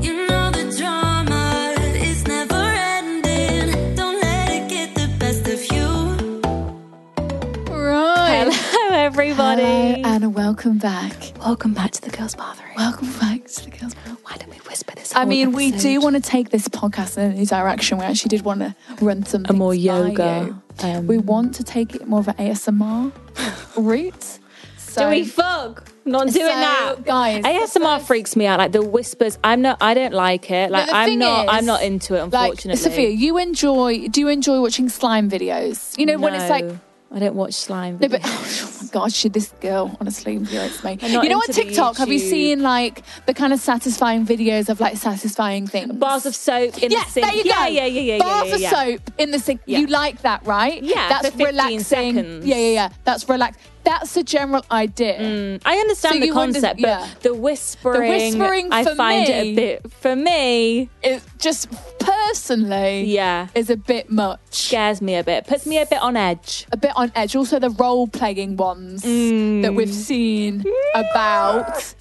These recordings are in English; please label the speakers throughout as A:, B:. A: You know the drama is never ending. Don't let it get the best of you.
B: Right.
C: Hello, everybody.
B: Hello, and welcome back.
C: Welcome back to the girls' bathroom.
B: Welcome back to the girls. Bar.
C: Why don't we whisper this?
B: I mean, we do want to take this podcast in a new direction. We actually did want to run some
C: a more
B: things by
C: yoga.
B: you.
C: Um,
B: We want to take it more of an ASMR route. So
C: Do we fuck? Not do
B: So,
C: it now,
B: guys,
C: ASMR freaks me out. Like the whispers. I'm not. I don't like it.
B: But
C: Like
B: the
C: I'm
B: thing
C: not. I'm
B: is,
C: not into it. Unfortunately,
B: like, Sophia, you enjoy. Do you enjoy watching slime videos? You know when it's like.
C: No, I don't watch slime.
B: No, but
C: videos.
B: oh my gosh, she- this girl honestly infuriates me.
C: I'm not
B: You know on
C: into the
B: TikTok, have you
C: YouTube-
B: seen like the kind of satisfying videos of like satisfying things?
C: bars of soap in
B: yeah,
C: the sink.
B: there you
C: yeah,
B: go.
C: yeah, yeah, yeah,
B: Bar
C: yeah, yeah, yeah.
B: for soap in the sink.
C: Yeah.
B: You like that, right?
C: Yeah,
B: that's
C: for 15
B: relaxing.
C: seconds.
B: Yeah, yeah, yeah. That's relaxed. That's the general idea.
C: I understand
B: So
C: the
B: you wonder-
C: concept, but
B: yeah.
C: the whispering,
B: whispering
C: I
B: for
C: find it
B: me-
C: a bit for me.
B: It just personally,
C: Yeah.
B: is a bit much.
C: Scares me a bit. Puts me a bit on edge.
B: a bit on edge. Also, the role playing ones that we've seen about.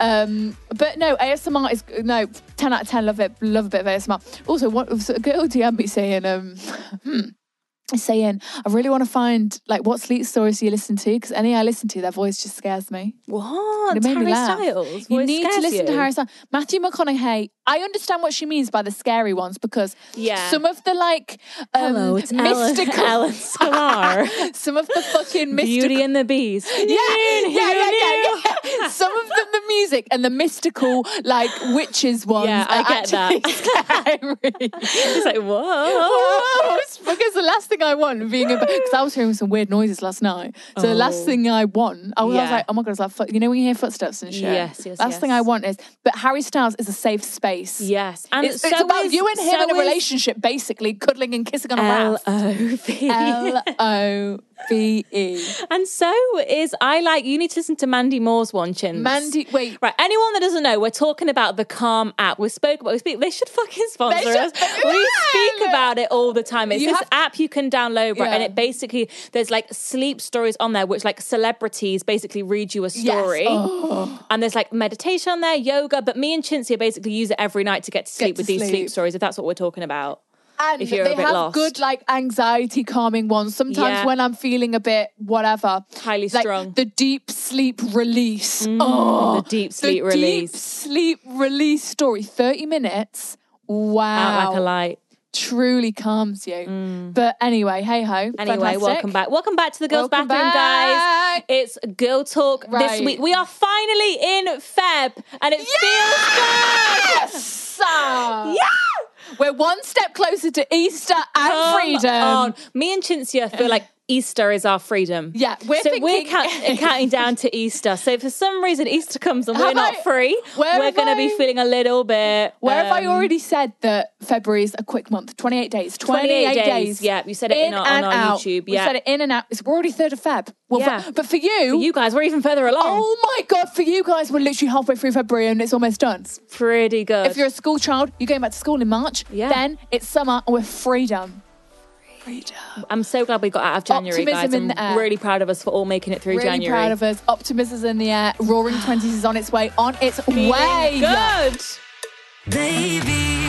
B: Um, but no, ASMR is no ten out of ten. Love it. Love a bit of ASMR. Also, what was a girl DM me saying? Um, hmm, saying I really want to find like what sleep stories do you listen to because any I listen to, their voice just scares me.
C: What?
B: It made
C: Harry
B: me laugh.
C: Styles.
B: You
C: Well, it
B: need to
C: scares
B: listen to
C: you.
B: Harry Styles. Matthew McConaughey. I understand what she means by the scary ones because
C: Yeah.
B: some of the like um,
C: Hello, it's Ellen,
B: mystical.
C: Ellen Sklar.
B: some of the fucking mystical.
C: Beauty and the Beast.
B: Yeah, yeah, yeah, yeah, yeah. Some of them, the music and the mystical, like witches ones.
C: Yeah, I
B: are
C: get that.
B: actually Scary.
C: It's like, whoa.
B: Whoa, because the last thing I want being because I was hearing some weird noises last night. So the last
C: Oh.
B: thing I want, I was, I was
C: Yeah.
B: like, oh my god, it's like foot- you know when you hear footsteps and shit.
C: Yes, yes,
B: Last thing
C: yes.
B: I want is, but Harry Styles is a safe space.
C: Yes. And
B: It's,
C: so
B: it's about
C: is-
B: you and him
C: so
B: in a
C: is
B: relationship, basically cuddling and kissing on a raft.
C: L.O.V..
B: L
C: E.
B: O V E.
C: And so is I like you need to listen to Mandy Moore's one chins.
B: Mandy, wait,
C: Right, anyone that doesn't know, we're talking about the Calm app. We spoke about we speak they should fucking sponsor
B: should
C: us.
B: fucking-
C: We speak about it all the time. It's
B: You
C: this
B: have-
C: app you can download, right? And
B: Yeah.
C: it basically there's like sleep stories on there, which like celebrities basically read you a
B: Yes.
C: story.
B: Oh.
C: And there's like meditation on there, yoga. But me and Chintzia basically use it every night to get to sleep
B: to
C: with these
B: sleep.
C: sleep stories, if that's what we're talking about.
B: And
C: if you're a
B: they
C: bit
B: have
C: lost.
B: good like anxiety calming ones. Sometimes
C: Yeah.
B: when I'm feeling a bit whatever,
C: Highly
B: like
C: strong.
B: the deep sleep release. oh,
C: the deep
B: the
C: sleep release.
B: Deep sleep release story. Thirty minutes. Wow,
C: Out like a light.
B: truly calms you. But anyway, hey ho.
C: Anyway, welcome back. Welcome back to the girls'
B: Welcome
C: bathroom,
B: back.
C: guys. It's girl talk this
B: Right.
C: week. We are finally in Feb, and it feels good.
B: So, we're one step closer to Easter and
C: Come
B: freedom.
C: on. Me and Chintzia feel like Easter is our freedom.
B: Yeah, we're
C: so we're
B: thinking-
C: count- counting down to Easter. So if for some reason Easter comes and we're
B: Have
C: not
B: I-
C: free,
B: where
C: we're
B: have
C: going to be
B: I-
C: feeling a little bit.
B: Where have I
C: um,
B: already said that February is a quick month? 28 days. 28,
C: 28
B: days.
C: days. Yeah, you said it in our- on
B: and
C: our
B: out.
C: YouTube,
B: We
C: yeah.
B: said it in and out. It's, we're already 3rd of Feb. Well, for-
C: Yeah.
B: but for you,
C: For you guys, we're even further along.
B: oh my God, for you guys, we're literally halfway through February and it's almost done.
C: Pretty good.
B: If you're a school child, you're going back to school in March.
C: Yeah.
B: Then it's summer and we're freedom. Freedom.
C: I'm so glad we got out of January,
B: Optimism
C: guys.
B: in
C: I'm
B: the air.
C: really proud of us for all making it through
B: Really
C: January.
B: proud of us. Optimism's in the air. Roaring 20s is on its way. On its way.
C: Good.
A: Baby,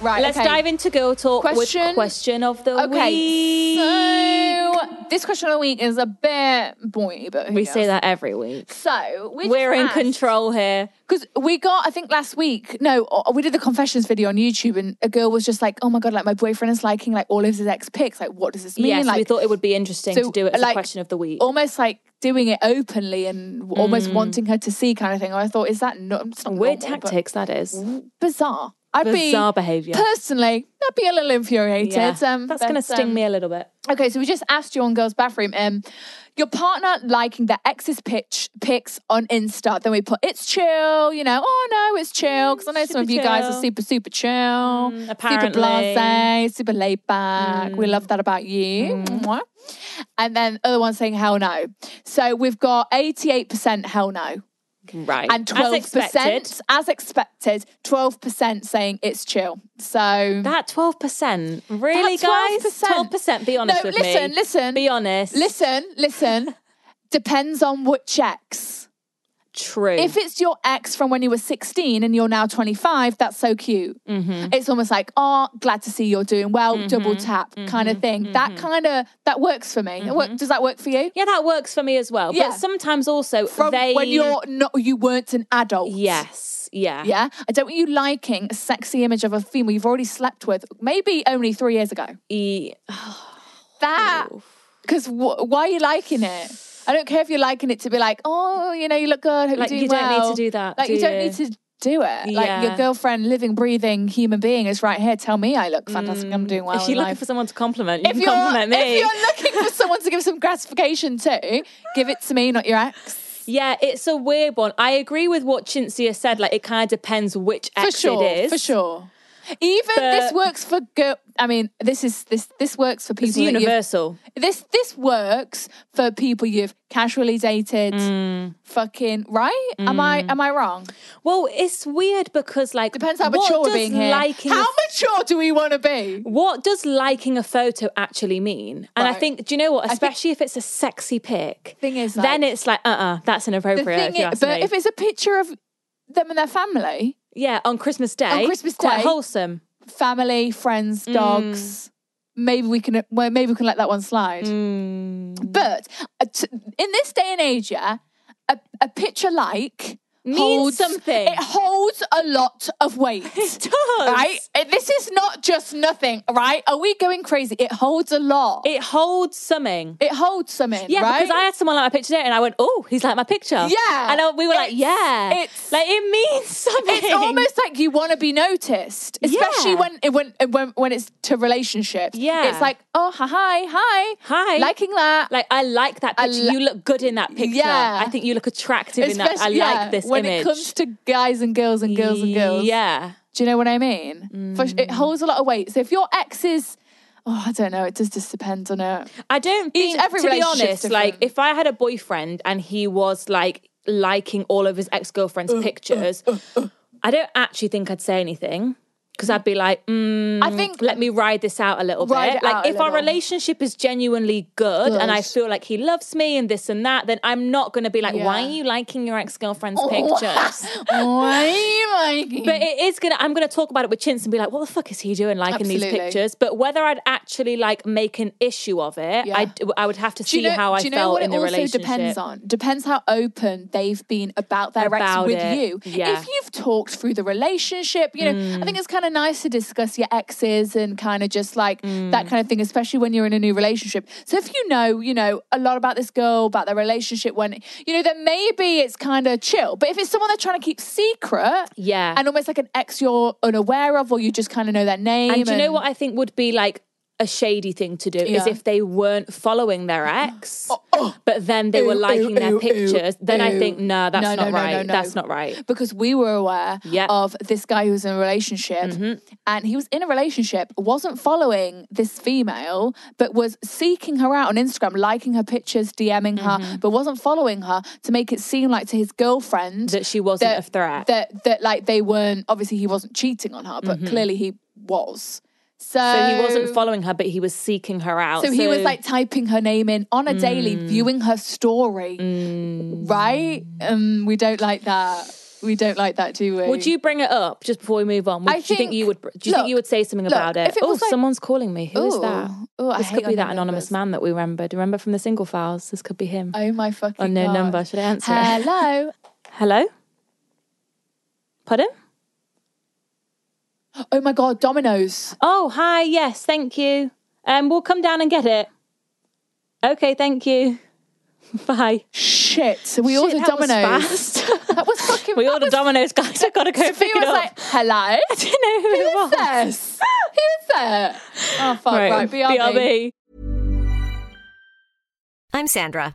B: Right.
C: Let's
B: okay.
C: dive into Girl Talk
B: Question?
C: with question of the
B: Okay.
C: week.
B: So this question of the week is a bit boy, but who
C: we
B: cares?
C: say that every week.
B: So we
C: We're in
B: just asked-
C: control here.
B: Because we got, I think last week, no, uh, we did the confessions video on YouTube, and a girl was just like, "Oh my god, like my boyfriend is liking like all of his ex pics. Like, what does this mean?"
C: yes,
B: like,
C: we thought it would be interesting
B: so,
C: to do it as
B: like, oh
C: a question of the week. Mm.
B: almost like doing it openly and w- almost wanting her to see kind of thing. And I thought, is that no, it's not
C: Weird
B: normal, but
C: tactics, that is.
B: Bizarre. I'd
C: Bizarre
B: be
C: behaviour.
B: personally. I'd be a little infuriated.
C: Yeah.
B: Um,
C: That's going to
B: but,
C: sting
B: um,
C: me a little bit.
B: Okay, so we just asked you on Girls Bathroom, um, your partner liking their ex's pitch pics on Insta. Then we put it's chill, you know. Oh no, it's chill because I know some
C: Mm, super
B: of you guys are
C: chill. Mm,
B: super super chill, super
C: apparently. Mm.
B: blasé, super laid back. We love that about you. Mwah. And then other ones saying hell no. So we've got eighty-eight percent hell no,
C: Right.
B: and twelve percent as expected. Twelve percent saying it's chill. So
C: That twelve percent, really,
B: That
C: guys?
B: 12%.
C: Twelve percent. Be honest
B: No,
C: with
B: listen,
C: me.
B: listen.
C: Be honest.
B: Listen, listen. Depends on which ex.
C: True.
B: If it's your ex from when you were 16 and you're now 25, that's so cute.
C: Mm-hmm.
B: It's almost like, oh, glad to see you're doing well, double tap
C: Mm-hmm.
B: kind of thing. That kind of that works for me. It work- does that work for you?
C: yeah, that works for me as well.
B: Yeah.
C: But sometimes also
B: From
C: they.
B: when you're not, you weren't an adult.
C: Yes. Yeah.
B: Yeah. I don't want you liking a sexy image of a female you've already slept with, maybe only three years ago.
C: E-
B: that because wh- why are you liking it? I don't care if you're liking it to be like, oh, you know, you look good. Hope
C: Like,
B: you're doing
C: you don't need
B: well."
C: to do that,
B: Like
C: do
B: you don't
C: you?
B: need to do it. Like your
C: Yeah.
B: girlfriend, living, breathing human being, is right here. Tell me I look fantastic. I'm doing well.
C: Mm, if you're
B: in
C: looking
B: life.
C: for someone to compliment, you
B: if
C: can
B: you're,
C: compliment me.
B: if you're looking for someone to give some gratification to, give it to me, not your ex.
C: Yeah, it's a weird one. I agree with what Chintzia said. Like, it kind of depends which
B: For
C: ex
B: sure.
C: it is.
B: For sure. Even this
C: But-
B: works for girl. I mean, this is this this works for people.
C: It's
B: that you've-
C: universal.
B: This this works for people you've casually dated.
C: Mm.
B: Fucking right? Am I am I wrong?
C: Well, it's weird because like
B: Depends how
C: what
B: mature we're
C: does
B: being here.
C: Liking
B: how
C: a
B: mature do we want to be?
C: what does liking a photo actually mean? And
B: Right.
C: I think, do you know what? Especially if it's a sexy pic,
B: Thing is,
C: then
B: like-
C: it's like, uh, uh that's
B: The
C: inappropriate.
B: thing
C: if you
B: is,
C: ask
B: but
C: me.
B: if it's a picture of them and their family,
C: yeah, on Christmas Day,
B: Christmas
C: quite
B: Day.
C: wholesome.
B: family, friends,
C: Mm.
B: dogs, maybe we can well, maybe we can let that one slide.
C: Mm.
B: But uh, t- in this day and age, yeah, a, a picture like
C: Means
B: holds
C: something.
B: It holds a lot of weight.
C: It does.
B: Right? Uh, This is not just nothing, right? Are we going crazy? It holds a lot. It,
C: It holds something.
B: holds something,
C: Yeah,
B: right?
C: because I had someone like my picture today, and I went, "Oh, he's like my picture."
B: Yeah.
C: and I, we were like,
B: It's-
C: "Yeah,"
B: it's-
C: like it means something.
B: it's almost like you want to be noticed, especially
C: Yeah.
B: when, when when when it's to relationships.
C: Yeah.
B: it's like oh hi hi
C: Hi.
B: liking that.
C: like I like that
B: I
C: picture.
B: li-
C: you look good in that picture.
B: Yeah.
C: I think you look attractive in that. I
B: Especially- yeah,
C: like this
B: when
C: image.
B: it comes to guys and girls and girls and girls.
C: yeah, Mm.
B: Do you know what I mean? For sh- it holds a lot of weight. So if your ex is, oh, I don't know, it just, just depends on it.
C: I don't
B: Each-
C: think,
B: every
C: to be
B: relationship's
C: honest, like
B: different.
C: if I had a boyfriend and he was like liking all of his ex girlfriend's
B: Uh,
C: pictures, I don't actually think I'd say anything because I'd be like, mm,
B: I think
C: let me ride this out a little
B: Ride
C: bit.
B: it
C: Like
B: out a
C: if our
B: little.
C: relationship is genuinely good, and I
B: Good.
C: feel like he loves me and this and that, then I'm not going to be like, why
B: Yeah. Oh,
C: are you liking your ex girlfriend's pictures?
B: Why are you liking?
C: But it is gonna. I'm gonna talk about it with Chintz and be like, "What the fuck is he doing liking these
B: Absolutely.
C: pictures?" But whether I'd actually like make an issue of it,
B: Yeah.
C: I d- I would have to
B: do
C: see
B: you know,
C: how I
B: do you know
C: felt
B: what
C: in
B: it
C: the
B: also
C: relationship.
B: depends on? Depends how open they've been about their
C: About
B: ex with
C: it,
B: you.
C: yeah. Mm.
B: If you've talked through the relationship, you know, I think it's kind of nice to discuss your exes and kind of just like that
C: Mm.
B: kind of thing, especially when you're in a new relationship. So if you know, you know, a lot about this girl, about their relationship, when you know, then maybe it's kind of chill. But if it's someone they're trying to keep secret,
C: Yeah.
B: and almost like an ex you're unaware of, or you just kind of know their name,
C: And do you know what I think would be like a shady thing to do is
B: Yeah. Oh,
C: if they weren't following their ex, but then they were
B: Ew,
C: liking
B: ew,
C: their
B: ew,
C: pictures. then I
B: ew.
C: think, nah, that's
B: No, no,
C: not
B: no, no,
C: right.
B: no.
C: That's not right.
B: because we were aware
C: Yeah. Mm-hmm.
B: of this guy who was in a relationship and he was in a relationship, wasn't following this female, but was seeking her out on Instagram, liking her pictures, DMing
C: Mm-hmm.
B: her, but wasn't following her to make it seem like to his girlfriend
C: That she wasn't a threat.
B: That that like they weren't obviously he wasn't cheating on her, but clearly he was. So,
C: Mm-hmm. So he wasn't following her, but he was seeking her out.
B: So he was like typing her name in on a daily,
C: Mm.
B: viewing her story. Right? Um, we don't like that. We don't like that, do we?
C: Would you bring it up just before we move on? Would,
B: I
C: do you think
B: think-
C: you would? Do you think
B: look,
C: you would say something
B: look,
C: about it?
B: if it
C: oh,
B: was like-
C: someone's calling me. Who is
B: Ooh.
C: that?
B: Ooh, I
C: this
B: hate
C: could be that
B: unknown
C: anonymous
B: numbers.
C: man that we remembered. Remember from the single files? This could be him.
B: Oh my fucking
C: Unknown
B: God.
C: number. Should I answer it?
B: Hello.
C: Hello. Pardon?
B: Oh my God, Dominoes.
C: Oh, hi. Yes, thank you. Um, we'll come down and get it. Okay, thank you. Bye.
B: Shit. So we
C: Shit,
B: ordered
C: that was
B: Dominoes.
C: fast.
B: That was fucking.
C: we
B: that
C: ordered
B: was-
C: Domino's, guys. I gotta go
B: Sophia
C: pick it
B: was
C: up.
B: like, hello.
C: know who it
B: Who
C: was.
B: is this? Who is that? Oh fuck! Right, BRB.
D: I'm Sandra,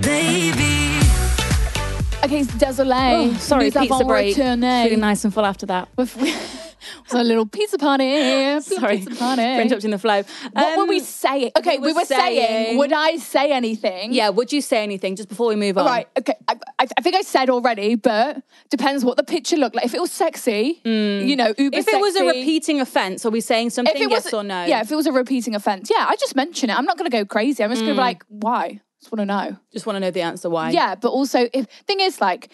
A: Baby.
B: Okay, désolé.
C: Oh, sorry,
B: Nous
C: pizza
B: avons
C: break.
B: retourné.
C: Feeling nice and full after that.
B: With- It's a little pizza party.
C: Sorry,
B: pizza
C: for
B: party.
C: interrupting the flow.
B: What were
C: Um,
B: we saying? Okay, we were, saying, Would I say anything?
C: Yeah, would you say anything just before we move on?
B: Right. Okay. I, I, I think I said already, but depends what the picture looked like. If it was sexy, you know, uber
C: Mm. If it was a
B: sexy-
C: repeating offense, are we saying something?
B: If it
C: yes
B: was,
C: or no?
B: Yeah. If it was a repeating offense, yeah, I just mention it. I'm not going to go crazy. I'm just
C: Mm.
B: going to be like, why? Just want to know.
C: Just want to know the answer why.
B: Yeah, but also if thing is like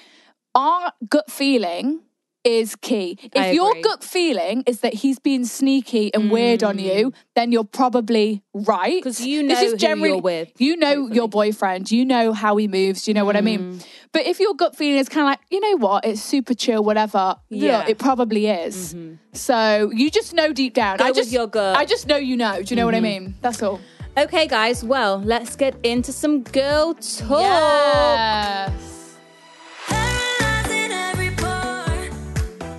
B: our gut feeling is key. If
C: I
B: your
C: agree.
B: gut feeling is that he's being sneaky and weird on you, then you're probably right.
C: Mm. 'Cause you
B: This
C: know
B: is
C: who
B: generally-
C: you're with,
B: You know your boyfriend. You know how he moves. You know what I
C: Mm.
B: mean. But if your gut feeling is kind of like, you know what, it's super chill, whatever. Yeah,
C: Yeah. Mm-hmm.
B: it probably is. So you just know deep down.
C: Go
B: I
C: with
B: just
C: your gut. Mm-hmm.
B: I just know you know. Do you know what I mean? That's all.
C: Okay, guys. Well, let's get into some girl talk.
B: Yes.
A: Paralyzing every pore.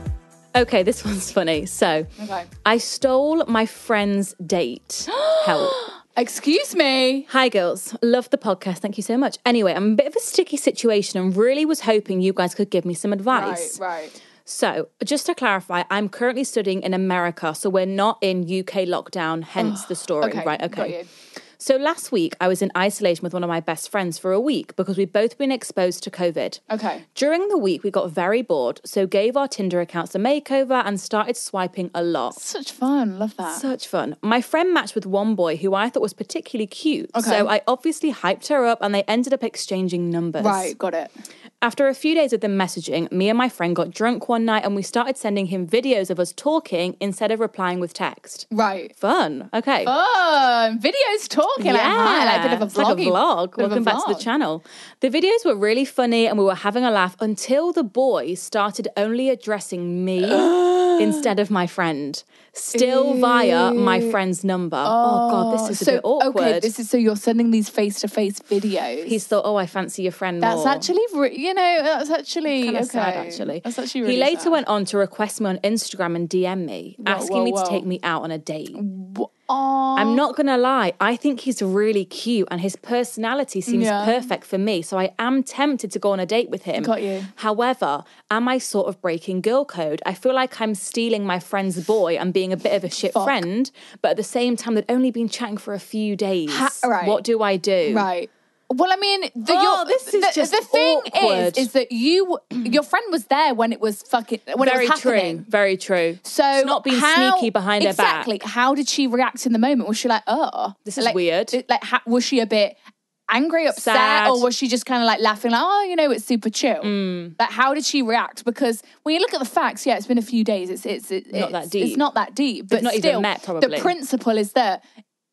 C: Okay, this one's funny. So,
B: Okay.
C: I stole my friend's date. Help.
B: Excuse me.
C: Hi, girls. Love the podcast. Thank you so much. Anyway, I'm a bit of a sticky situation and really was hoping you guys could give me some advice.
B: Right, right.
C: So, just to clarify, I'm currently studying in America, so we're not in UK lockdown, hence the story,
B: Okay,
C: right?
B: got
C: Okay.
B: you.
C: So, last week, I was in isolation with one of my best friends for a week because we've both been exposed to COVID.
B: Okay.
C: During the week, we got very bored, so gave our Tinder accounts a makeover and started swiping a lot.
B: Such fun. Love that.
C: Such fun. My friend matched with one boy who I thought was particularly cute.
B: Okay.
C: So I obviously hyped her up and they ended up exchanging numbers.
B: right, got it.
C: After a few days of them messaging, me and my friend got drunk one night and we started sending him videos of us talking instead of replying with text.
B: Right.
C: Fun. Okay.
B: Fun. Videos talking. Like, hi, like a bit of a
C: it's like a
B: vloggy-
C: vlog.
B: bit of a
C: Welcome back to the
B: vlog.
C: channel. The videos were really funny and we were having a laugh until the boy started only addressing me instead of my friend, still via my friend's number. Oh, God, this is a
B: so
C: bit awkward.
B: okay, this is so you're sending these face to face videos.
C: He's thought, oh, I fancy your friend
B: that's
C: more.
B: actually re- you know that's actually
C: Kinda
B: okay.
C: sad, actually.
B: That's actually really
C: he later
B: sad.
C: went on to request me on Instagram and DM me, asking
B: whoa,
C: me to
B: whoa.
C: take me out on a date. I'm not gonna lie, I think he's really cute and his personality seems
B: Yeah.
C: perfect for me. So I am tempted to go on a date with him.
B: Got you.
C: However, am I sort of breaking girl code? I feel like I'm stealing my friend's boy and being a bit of a shit friend, but at the same time, they'd only been chatting for a few days.
B: Ha- right.
C: What do I do?
B: Right. Well, I mean, the,
C: Oh,
B: your,
C: this is
B: the,
C: just
B: the thing
C: awkward.
B: is, is that you, your friend was there when it was fucking when
C: Very
B: it was happening.
C: true. Very true.
B: So
C: It's not being
B: how-
C: sneaky behind their back.
B: Exactly. How did she react in the moment? Was she like, "Oh,
C: This is
B: like,
C: weird.
B: it- Like, ha- was she a bit angry, upset,
C: Sad.
B: or was she just kind of like laughing, like, "Oh, you know, it's super chill."
C: Mm.
B: Like, how did she react? Because when you look at the facts, yeah, it's been a few days. It's it's, it's
C: Not that
B: it's-
C: deep.
B: It's not that deep. But
C: not even
B: still,
C: met, probably.
B: The principle is that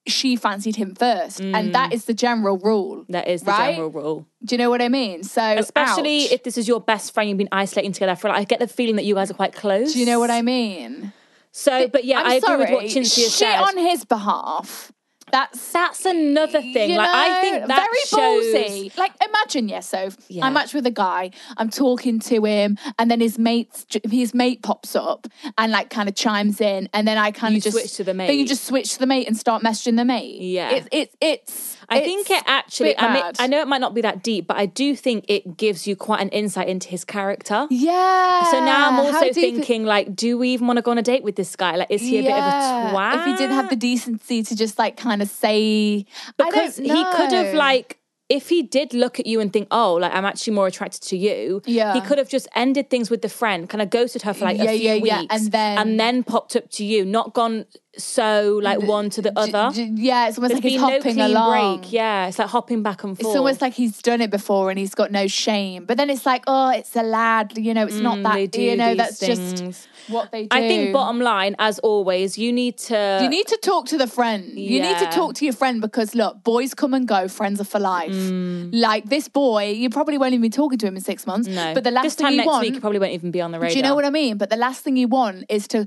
B: she fancied him first,
C: Mm.
B: and that is the general rule.
C: That is the
B: right?
C: general rule.
B: Do you know what I mean? So
C: Especially
B: ouch.
C: if this is your best friend you've been isolating together for like, I get the feeling that you guys are quite close.
B: Do you know what I mean?
C: So but yeah,
B: I'm
C: I
B: sorry.
C: agree with what Cynthia
B: Shit
C: said.
B: on his behalf. That's
C: That's another thing.
B: You
C: like I think
B: know,
C: that
B: very
C: shows
B: ballsy. Like imagine, yes, so
C: Yeah.
B: I match with a guy, I'm talking to him, and then his mate's his mate pops up and like kind of chimes in, and then I kind
C: You
B: of just
C: switch to the
B: Then
C: mate.
B: you just switch to the mate and start messaging the mate.
C: Yeah.
B: it's it's it's.
C: I think
B: it's
C: it actually.
B: bit
C: I, mean,
B: mad.
C: I know it might not be that deep, but I do think it gives you quite an insight into his character.
B: Yeah.
C: So now I'm
B: How
C: also
B: deep it-
C: thinking, like, do we even want to go on a date with this guy? Like, is he a bit of a twat?
B: If he didn't have the decency to just like kind of say,
C: because
B: I don't know.
C: he could have like if he did look at you and think, "Oh, like I'm actually more attracted to you,"
B: Yeah.
C: he could have just ended things with the friend, kind of ghosted her for like
B: Yeah,
C: a few
B: yeah,
C: weeks,
B: yeah, and then-
C: and then popped up to you, not gone so like one to the
B: J-
C: other.
B: j- yeah, it's almost
C: There's
B: like he's
C: been no
B: hopping
C: clean
B: along.
C: break. Yeah, it's like hopping back and forth.
B: It's almost like he's done it before and he's got no shame. But then it's like, oh, it's a lad, you know, it's not that,
C: Mm, they do
B: you know,
C: these
B: that's
C: things.
B: just what they do.
C: I think bottom line, as always, you need to
B: you need to talk to the friend. You need
C: Yeah.
B: to talk to your friend because look, boys come and go, friends are for life.
C: Mm.
B: Like this boy, you probably won't even be talking to him in six months.
C: no.
B: But the last
C: this
B: thing
C: time
B: you
C: next
B: want,
C: week, you probably won't even be on the radar.
B: do you know what I mean? But the last thing you want is to,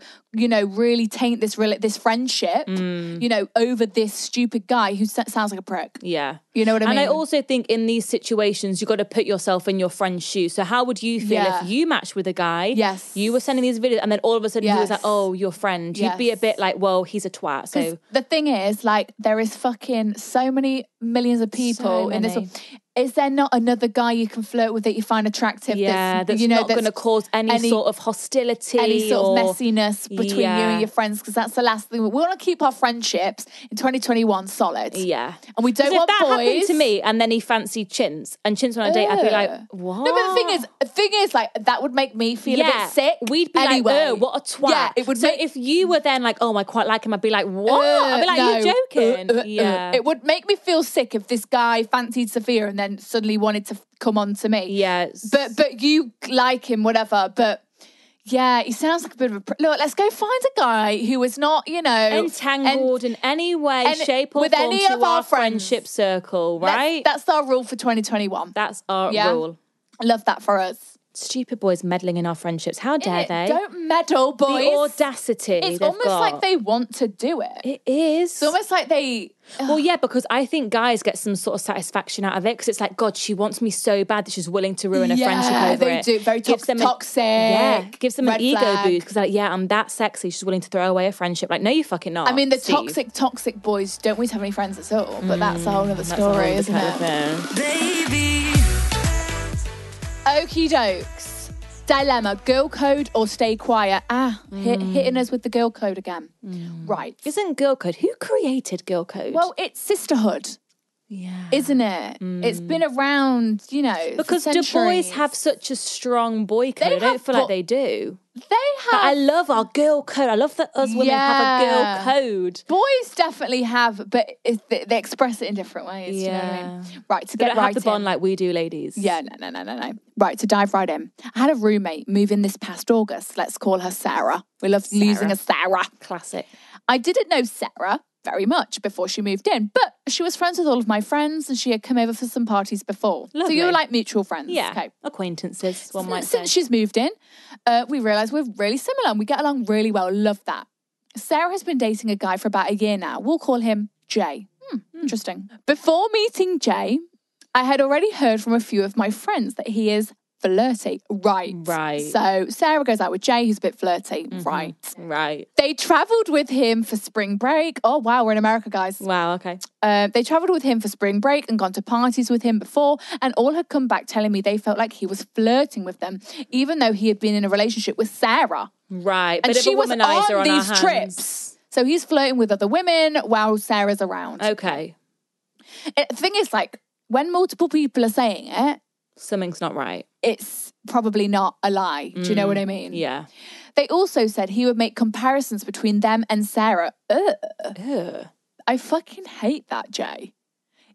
B: you know, really taint this rela- this friendship,
C: Mm.
B: you know, over this stupid guy who s- sounds like a prick.
C: Yeah.
B: You know what I
C: And I
B: mean?
C: also think in these situations, you've got to put yourself in your friend's shoes. So, how would you feel
B: Yeah.
C: if you matched with a guy?
B: Yes.
C: You were sending these videos, and then all of a sudden he was
B: Yes.
C: like, oh, your friend. You'd be a
B: Yes.
C: bit like, well, he's a twat.
B: Because
C: So,
B: the thing is, like, there is fucking so many millions of people in this
C: many.
B: world. Is there not another guy you can flirt with that you find attractive?
C: yeah, that's
B: you know,
C: not going to cause any, sort of hostility.
B: any sort
C: or,
B: of messiness between you
C: Yeah.
B: and your friends. Because that's the last thing we want to keep our friendships in 2021 solid.
C: Yeah.
B: and we
C: 'Cause
B: don't
C: if
B: want
C: that happened
B: boys
C: to me, and then he fancied chintz, and chintz on a date, I'd be like,
B: Ugh.
C: what?
B: No, but the thing is, the thing is, like that would make me feel a bit sick.
C: We'd be
B: anyway.
C: like, oh, what a twat.
B: Yeah, it would
C: so
B: make Uh,
C: if you were then like, oh, I quite like him, I'd be like, what? Oh, I'd be like,
B: no.
C: you're joking.
B: Uh, uh, uh.
C: yeah.
B: It would make me feel sick if this guy fancied Sophia and then suddenly wanted to f- come on to me.
C: yeah.
B: But but you like him, whatever. But yeah, he sounds like a bit of a pr- look. Let's go find a guy who is not, you know,
C: entangled in any way,
B: and
C: shape, or
B: with
C: form
B: any
C: to
B: of
C: our,
B: our friends.
C: friendship circle,
B: That's-
C: right?
B: That's, our rule for 2021.
C: That's our
B: Yeah.
C: rule.
B: Love that for us.
C: Stupid boys meddling in our friendships. How dare
B: Innit?
C: they?
B: Don't meddle,
C: the
B: boys.
C: audacity.
B: it's
C: they've
B: almost
C: got.
B: like they want to do it.
C: It is.
B: It's almost like they.
C: well, yeah, because I think guys get some sort of satisfaction out of it because it's like, God, she wants me so bad that she's willing to ruin a
B: Yeah,
C: friendship over
B: they
C: it.
B: do. Very
C: Gives
B: tox-
C: them a-
B: toxic,
C: Yeah, gives them an
B: red
C: ego
B: flag.
C: boost because like, yeah, I'm that sexy. She's willing to throw away a friendship. Like, no, you fucking not.
B: I mean, the
C: Steve.
B: toxic, toxic boys don't want to have any friends at all, but that's a whole other
C: Mm, That's a whole
B: story,
C: other
B: isn't
C: kind of
B: it?
C: thing.
A: Baby,
B: Okie dokes. Dilemma girl code or stay quiet? Ah, hit,
C: Mm.
B: hitting us with the girl code again. Right.
C: Isn't girl code? Who created girl code?
B: Well, it's sisterhood,
C: yeah. Mm.
B: isn't it? It's been around, you know. for
C: Because the boys
B: centuries.
C: have such a strong boy code.
B: They
C: I don't
B: have
C: feel like
B: bo-
C: they do.
B: They
C: But I
B: have.
C: love our girl code. I love that us women
B: Yeah.
C: have a girl code.
B: Boys definitely have, but it's, they, they express it in different ways. do You know what I
C: Yeah.
B: mean? Right, to
C: They
B: get
C: don't
B: right
C: have the bond
B: in.
C: like we do, ladies.
B: Yeah, no, no, no, no, no. Right, to dive right in. I had a roommate move in this past August. Let's call her Sarah. We love losing a Sarah.
C: Classic.
B: I didn't know Sarah very much before she moved in, but she was friends with all of my friends and she had come over for some parties before.
C: Lovely.
B: So you were like mutual friends.
C: Yeah.
B: Okay.
C: Acquaintances, one might
B: Since,
C: say.
B: since she's moved in, uh, we realised we're really similar and we get along really well. Love that. Sarah has been dating a guy for about a year now. We'll call him Jay. Hmm, Interesting. Before meeting Jay, I had already heard from a few of my friends that he is flirty. Right.
C: Right. Mm-hmm.
B: So Sarah goes out with Jay, who's a bit flirty. Right.
C: Right.
B: They traveled with him for spring break. Oh, wow. We're in America, guys.
C: Wow. Okay.
B: Uh, they traveled with him for spring break and gone to parties with him before, and all had come back telling me they felt like he was flirting with them, even though he had been in a relationship with Sarah.
C: Right.
B: And
C: Bit of
B: she
C: a
B: was on,
C: womanizer our
B: these
C: hands.
B: trips. So he's flirting with other women while Sarah's around.
C: Okay.
B: It- the thing is, like, when multiple people are saying it,
C: Something's not right.
B: it's probably not a lie. Do you know what I mean?
C: Mm, Yeah.
B: They also said he would make comparisons between them and Sarah. Ugh. I fucking hate that, Jay.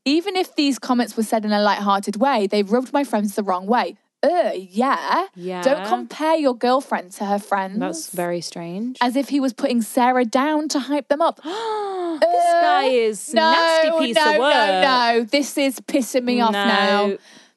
B: Even if these comments were said in a light-hearted way, they rubbed my friends the wrong way. Ugh, yeah. Don't
C: Yeah.
B: compare your girlfriend to her friends.
C: That's very strange.
B: as if he was putting Sarah down to hype them up.
C: this guy is nasty piece
B: Uh, no,
C: of work.
B: No, no, this is pissing me off
C: No.
B: now.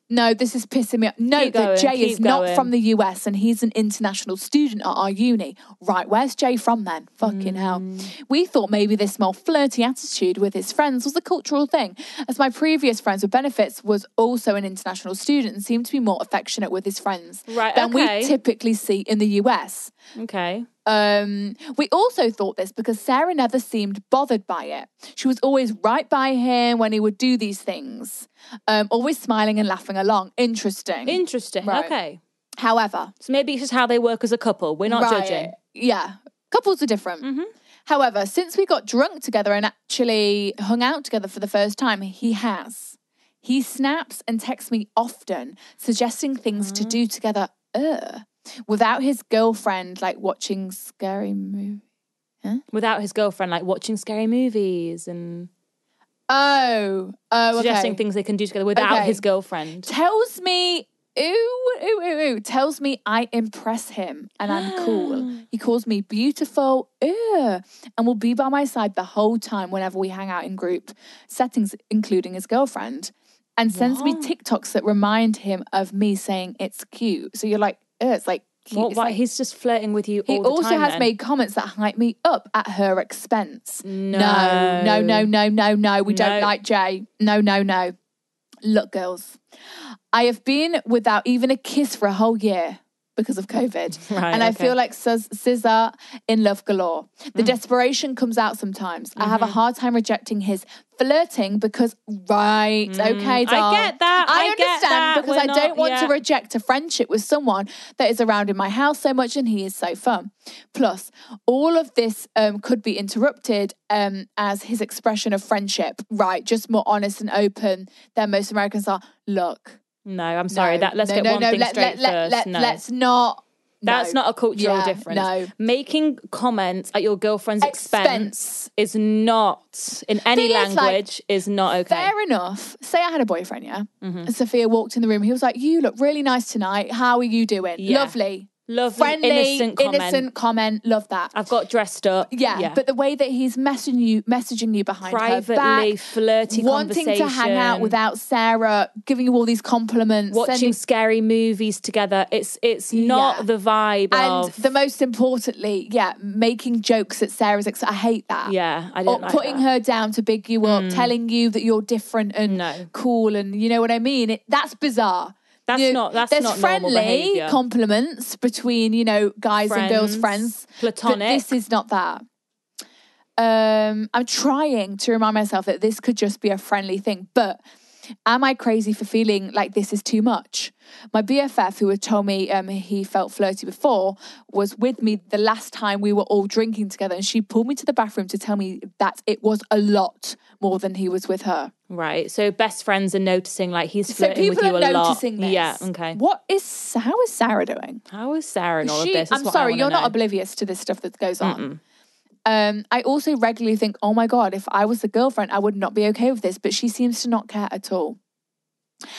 B: No, this is pissing me off. No,
C: Keep
B: that
C: going,
B: Jay
C: keep
B: is not
C: going.
B: from the US and he's an international student at our uni. Right, where's Jay from then? Fucking
C: Mm.
B: hell. We thought maybe this more flirty attitude with his friends was a cultural thing, as my previous friends with benefits was also an international student and seemed to be more affectionate with his friends
C: Right,
B: than
C: okay.
B: we typically see in the US.
C: Okay.
B: Um, we also thought this because Sarah never seemed bothered by it. She was always right by him when he would do these things, um, always smiling and laughing along. Interesting.
C: Interesting.
B: Mm. Right.
C: Okay.
B: However,
C: So maybe it's just how they work as a couple. We're not
B: right,
C: judging. Mm-hmm.
B: Yeah, couples are different. However, since we got drunk together and actually hung out together for the first time, he has. He snaps and texts me often, suggesting things
C: Mm.
B: to do together. Ugh. Without his girlfriend, like watching scary movies.
C: Without his girlfriend, like watching scary movies and
B: Oh, oh,
C: suggesting
B: okay.
C: things they can do together without
B: Okay.
C: his girlfriend.
B: Tells me, ooh, ooh, ooh, ooh. Tells me I impress him and I'm cool. He calls me beautiful, ooh, and will be by my side the whole time whenever we hang out in group settings, including his girlfriend, and sends me TikToks that remind him of me saying it's cute. So you're like, "Ugh," it's like cute.
C: What,
B: it's
C: why
B: like-
C: he's just flirting with you
B: he
C: all the
B: also
C: time
B: has
C: then?
B: made comments that hype me up at her expense.
C: No.
B: no, no, no, no, no. We don't
C: No.
B: like Jay. No, no, no. Look, girls, I have been without even a kiss for a whole year because of COVID.
C: Right,
B: and I
C: okay. Mm.
B: feel like Sus- Scissor in love galore. The desperation comes out sometimes. I
C: Mm-hmm.
B: have a hard time rejecting his flirting because, right, okay, doll.
C: Mm, get that.
B: I,
C: I
B: understand
C: get that.
B: because
C: We're
B: I
C: not-
B: don't want to
C: yeah.
B: reject a friendship with someone that is around in my house so much and he is so fun. Plus, all of this um, could be interrupted um, as his expression of friendship, right? Just more honest and open than most Americans are. Look.
C: No, I'm sorry.
B: no,
C: that let's
B: no,
C: get
B: no,
C: one
B: no,
C: thing
B: let,
C: straight
B: let, let,
C: first.
B: Let,
C: no.
B: Let's not.
C: That's
B: no.
C: not a cultural
B: Yeah,
C: difference.
B: No.
C: Making comments at your girlfriend's
B: Expense.
C: expense, is not in any
B: Thing is, like,
C: language is not okay.
B: Fair enough. Say I had a boyfriend, yeah.
C: Mm-hmm.
B: And Sophia walked in the room. He was like, "You look really nice tonight. How are you doing?
C: Yeah.
B: Lovely,
C: Lovely,
B: friendly,
C: innocent comment.
B: innocent comment. Love that.
C: I've got dressed up.
B: yeah, but the way that he's messaging you, messaging you behind
C: privately
B: her back,
C: flirty
B: wanting to hang out
C: conversation,
B: without Sarah, giving you all these compliments,
C: watching
B: sending-
C: scary movies together. It's it's not
B: Yeah.
C: the vibe
B: and
C: of
B: the most importantly, yeah, making jokes at Sarah's. Ex- I hate that.
C: yeah. I
B: or
C: don't like
B: putting
C: that. Mm.
B: her down to big you up, telling you that you're different and
C: No.
B: cool, and you know what I mean. It, that's bizarre.
C: That's
B: You-
C: not- that's
B: there's
C: not normal
B: friendly
C: behaviour.
B: compliments between you know guys and girls
C: Friends,
B: friends,
C: platonic.
B: But this is not that. Um, I'm trying to remind myself that this could just be a friendly thing, but am I crazy for feeling like this is too much? My BFF, who had told me um, he felt flirty before, was with me the last time we were all drinking together, and she pulled me to the bathroom to tell me that it was a lot more than he was with her.
C: right. So best friends are noticing like he's
B: So
C: flirting
B: people
C: with you
B: are
C: a
B: noticing
C: lot.
B: this.
C: Yeah. Okay.
B: What is how is Sarah doing?
C: How is Sarah in all
B: She-
C: of this? That's
B: I'm
C: what I
B: sorry,
C: wanna
B: you're not
C: know.
B: oblivious to this stuff that goes on. Um, I also regularly think, oh my God, if I was the girlfriend, I would not be okay with this, but she seems to not care at all.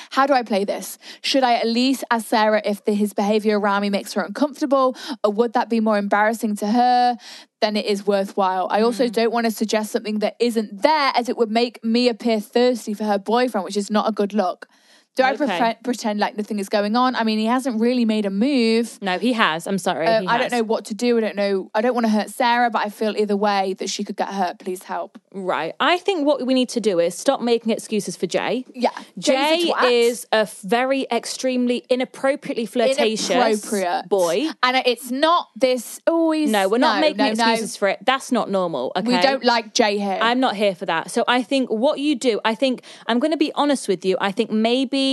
B: How do I play this? Should I at least ask Sarah if the, his behavior around me makes her uncomfortable, or would that be more embarrassing to her than it is worthwhile? I also
C: Mm.
B: don't want to suggest something that isn't there, as it would make me appear thirsty for her boyfriend, which is not a good look. Do I
C: Okay.
B: prefe- pretend like nothing is going on? I mean, he hasn't really made a move.
C: No, he has. I'm sorry.
B: Uh,
C: he
B: I don't
C: has.
B: know what to do. I don't know. I don't want to hurt Sarah, but I feel either way that she could get hurt. Please help.
C: Right. I think what we need to do is stop making excuses for Jay.
B: Yeah. Jay's a
C: Jay
B: twat.
C: is a very extremely inappropriately flirtatious
B: Inappropriate.
C: boy.
B: And it's not this always.
C: No, we're not making
B: no,
C: excuses for it. That's not normal. Okay.
B: No. We don't like Jay here.
C: I'm not here for that. So I think what you do, I think I'm going to be honest with you. I think maybe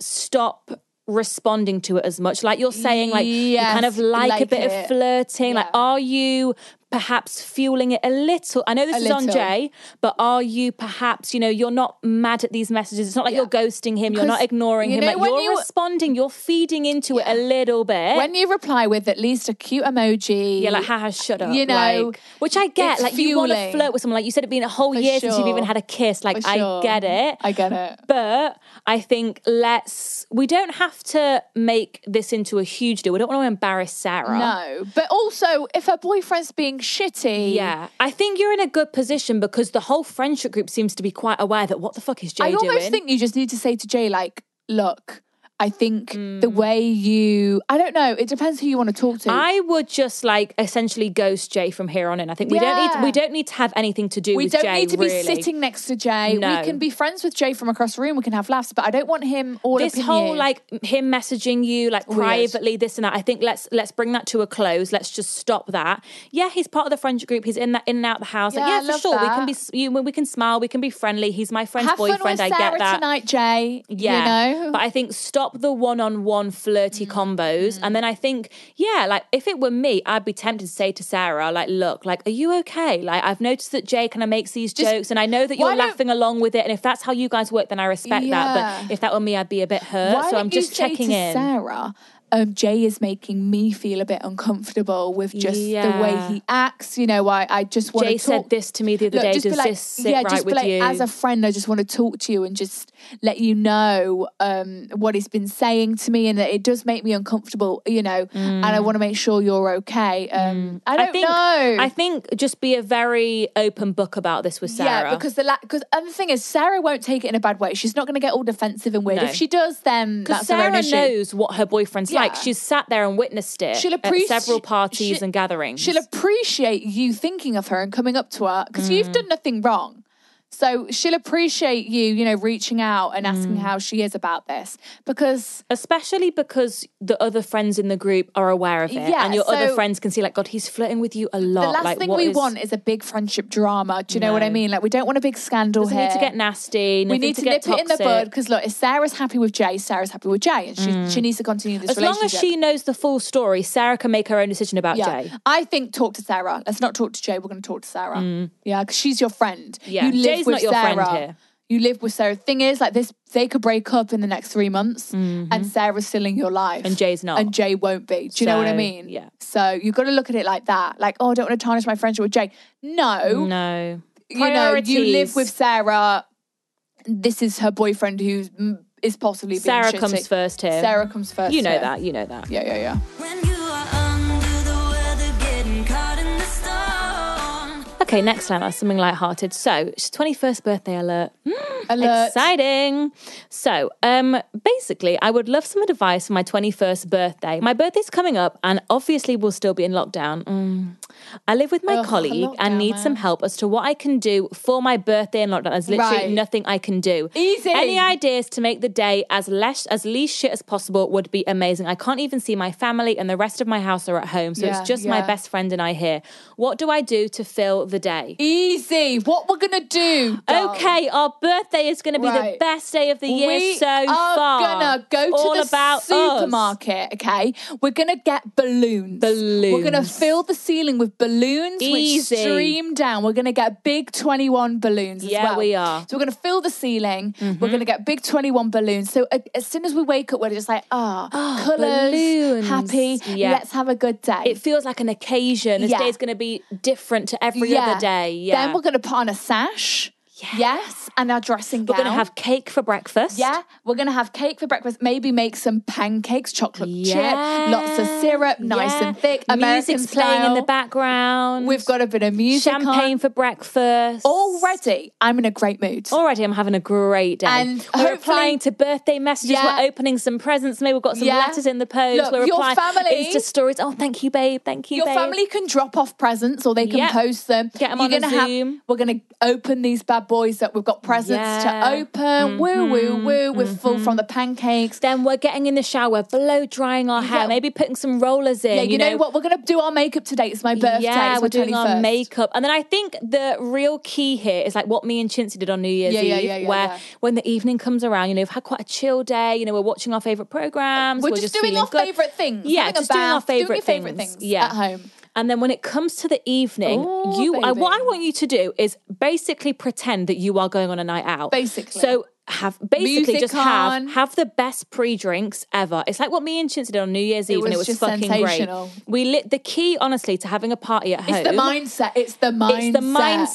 C: stop responding to it as much. Like you're saying, like you kind of
B: Yes,
C: like, a
B: like
C: bit of
B: it.
C: flirting. Like,
B: Yeah.
C: are you perhaps fueling it a little? I know this
B: A
C: is on
B: little.
C: Jay, but are you perhaps, you know, you're not mad at these messages. It's not like you're ghosting him. You're not
B: 'Cause
C: ignoring
B: you
C: him.
B: know
C: Like
B: when
C: you're
B: you-
C: responding. You're feeding into it a little bit.
B: when you reply with at least a cute emoji.
C: Yeah, like haha, shut up.
B: You know,
C: like- which I get.
B: it's
C: Like you want to
B: fueling.
C: flirt with someone. Like you said, it been a whole
B: For
C: year since you've
B: sure.
C: even had a kiss. Like
B: For
C: I
B: sure.
C: get it.
B: I get it.
C: But I think let's. We don't have to make this into a huge deal. We don't want to embarrass Sarah.
B: No, but also if her boyfriend's being shitty,
C: Yeah, I think you're in a good position because the whole friendship group seems to be quite aware that what the fuck is Jay
B: I
C: doing?
B: almost think you just need to say to Jay, like, look, I think the way you, I don't know, it depends who you want to talk to.
C: Mm. I would just like essentially ghost Jay from here on in. I think we don't
B: Yeah.
C: need we don't need to have anything to do
B: we
C: with
B: don't
C: Jay,
B: need to
C: really.
B: be sitting next to Jay.
C: No.
B: We can be friends with Jay from across the room. We can have laughs, but I don't want him all
C: this
B: up in
C: whole
B: you.
C: like him messaging you like
B: Weird.
C: privately this and that i think let's let's bring that to a close let's just stop that yeah he's part of the friendship group he's in that in and out of the house like
B: Yeah,
C: yeah
B: I
C: for
B: love
C: sure we can
B: that.
C: be s- you, we can smile we can be friendly he's my friend's
B: have
C: boyfriend
B: fun with
C: i
B: Sarah
C: get that
B: tonight, Jay.
C: yeah,
B: you know. Mm,
C: but I think stop the one-on-one flirty combos, and then I think, yeah, like if it were me, I'd be tempted to say to Sarah, like, look, like, are you okay? Like, I've noticed that Jay kind of makes these
B: Just-
C: jokes, and I know that
B: why
C: you're
B: don't-
C: laughing along with it, and if that's how you guys work, then I respect that.
B: Yeah.
C: But if that were me, I'd be a bit hurt.
B: Why
C: so
B: don't
C: I'm just
B: you say
C: checking
B: to
C: in.
B: Sarah, um, Jay is making me feel a bit uncomfortable with just the
C: Yeah.
B: way he acts. You know, I, I just want
C: Jay
B: to talk.
C: said this to me the other
B: Look,
C: day.
B: just be
C: Does
B: like-
C: this sit
B: yeah,
C: right
B: just be
C: with
B: like,
C: you?
B: As a friend, I just want to talk to you and just let you know um, what he's been saying to me, and that it does make me uncomfortable. You know, and I want to make sure you're okay. Um, I don't
C: Mm. think,
B: know.
C: I think just be a very open book about this with Sarah.
B: Yeah, because the la- cause, and the thing is, Sarah won't take it in a bad way. She's not going to get all defensive and weird.
C: No.
B: If she does, then
C: Because
B: that's her
C: Sarah
B: own issue.
C: knows what her boyfriend's like.
B: Yeah.
C: She's sat there and witnessed it
B: She'll
C: at
B: appreciate
C: several parties and gatherings.
B: She'll appreciate you thinking of her and coming up to her because
C: Mm.
B: you've done nothing wrong. So she'll appreciate you, you know, reaching out and asking
C: Mm.
B: how she is about this because
C: Especially because the other friends in the group are aware of it,
B: Yeah,
C: and your other
B: so-
C: friends can see, like, God, he's flirting with you a lot.
B: the last
C: like,
B: thing
C: what
B: we
C: is-
B: want is a big friendship drama. Do you know what I
C: No.
B: mean? Like we don't want a big scandal
C: doesn't
B: here.
C: need to get nasty.
B: we
C: nothing
B: need to, nip
C: get
B: it in the
C: toxic. Mm.
B: bud because look, if Sarah's happy with Jay, Sarah's happy with Jay, and she, she needs to continue this
C: As long
B: relationship.
C: as she knows the full story, Sarah can make her own decision about Jay.
B: I think talk to Sarah. Let's not talk to Jay. We're going to talk to Sarah. Yeah, because she's your friend.
C: Mm. Yeah,
B: you live
C: Jay's
B: with
C: not your
B: Sarah.
C: friend here.
B: You live with Sarah. Thing is, like this, they could break up in the next three months, and Sarah's still in your life,
C: Mm-hmm. And Jay's not.
B: and Jay won't be. Do you know what I
C: So,
B: mean?
C: yeah.
B: So you've got to look at it like that. Like, oh, I don't want to tarnish my friendship with Jay. No,
C: No.
B: you know, you
C: Priorities.
B: live with Sarah. This is her boyfriend who is possibly being
C: Sarah
B: shitty.
C: comes first here.
B: Sarah comes first.
C: You know
B: here.
C: that. You know that.
B: Yeah, yeah, yeah.
A: When you are under the weather, getting caught in the storm.
C: Okay, next time that's something lighthearted. So, it's 21st birthday alert. Hmm,
B: Alert.
C: Exciting. So, um, basically, I would love some advice for my 21st birthday. My birthday's coming up, and obviously, we'll still be in lockdown. Mm. I live with my
B: Ugh,
C: colleague and
B: lockdown,
C: need some
B: man.
C: help as to what I can do for my birthday in lockdown. There's literally
B: Right.
C: nothing I can do.
B: Easy.
C: Any ideas to make the day as less as least shit as possible would be amazing. I can't even see my family, and the rest of my house are at home, so
B: Yeah,
C: it's just my
B: yeah.
C: best friend and I here. What do I do to fill the day?
B: Easy. What we're gonna do? doll.
C: Okay, our birthday is going to be the
B: Right.
C: best day of the year
B: we
C: so
B: are
C: far.
B: gonna go
C: All
B: to the
C: about us.
B: supermarket. Okay, we're gonna get balloons. We're gonna
C: Balloons.
B: fill the ceiling with balloons,
C: Easy.
B: which stream down. We're gonna get big twenty-one balloons. as
C: Yeah,
B: well.
C: we are. Mm-hmm.
B: So we're gonna fill the ceiling. We're gonna get big twenty-one balloons. So a- as soon as we wake up, we're just like, ah, colors,
C: balloons.
B: happy.
C: Yeah.
B: Let's have a good day.
C: It feels like an occasion. This
B: Yeah.
C: day's going to be different to every
B: Yeah.
C: other day. Yeah.
B: Then we're gonna put on a sash. Yes, and our dressing
C: We're
B: gown.
C: going to have cake for breakfast.
B: Yeah, we're gonna have cake for breakfast. Maybe make some pancakes, chocolate chip, lots of syrup, nice
C: yeah.
B: and thick. American
C: Music's playing in the
B: style.
C: background.
B: We've got a bit of music. on.
C: champagne for breakfast.
B: Already, I'm in a great mood.
C: Already, I'm having a great day.
B: And
C: we're replying
B: hopefully-
C: to birthday messages.
B: Yeah.
C: We're opening some presents. Maybe we've got some
B: Yeah.
C: letters in the post.
B: Look,
C: we're
B: your
C: replying
B: family-
C: Insta stories. Oh, thank you, babe. Thank you,
B: Your
C: babe.
B: family can drop off presents or they can
C: Yeah.
B: post them.
C: Get 'em on a
B: gonna have-
C: Zoom.
B: we're going to open these bad boys that we've got presents
C: Yeah. Mm-hmm.
B: to open. Woo, woo, woo. We're full from the pancakes.
C: Then we're getting in the shower, blow drying our hair,
B: Yeah.
C: maybe putting some rollers in.
B: yeah, you, know, what? We're going to do our makeup today. It's my birthday.
C: Yeah,
B: it's
C: we're
B: my
C: doing
B: 21st.
C: our makeup. And then I think the real key here is like what me and Chintzy did on New Year's
B: Yeah,
C: Eve,
B: yeah, yeah, yeah,
C: where
B: yeah.
C: when the evening comes around, you know, we've had quite a chill day, you know, we're watching our favourite programmes.
B: We're just doing
C: feeling
B: our
C: good.
B: favourite things,
C: Yeah,
B: having a
C: just doing our
B: bath, doing your
C: favourite
B: favourite
C: things.
B: things at home.
C: And then when it comes to the evening,
B: Ooh,
C: you I, what
B: baby.
C: I want you to do is basically pretend that you are going on a night out.
B: Basically.
C: So have basically
B: Music
C: just have
B: on.
C: have the best pre-drinks ever. It's like what me and Chintzy did on New Year's Eve, and it was
B: was just
C: fucking great.
B: sensational.
C: We lit the key, honestly, to having a party at home.
B: It's the mindset. It's the mindset.
C: It's the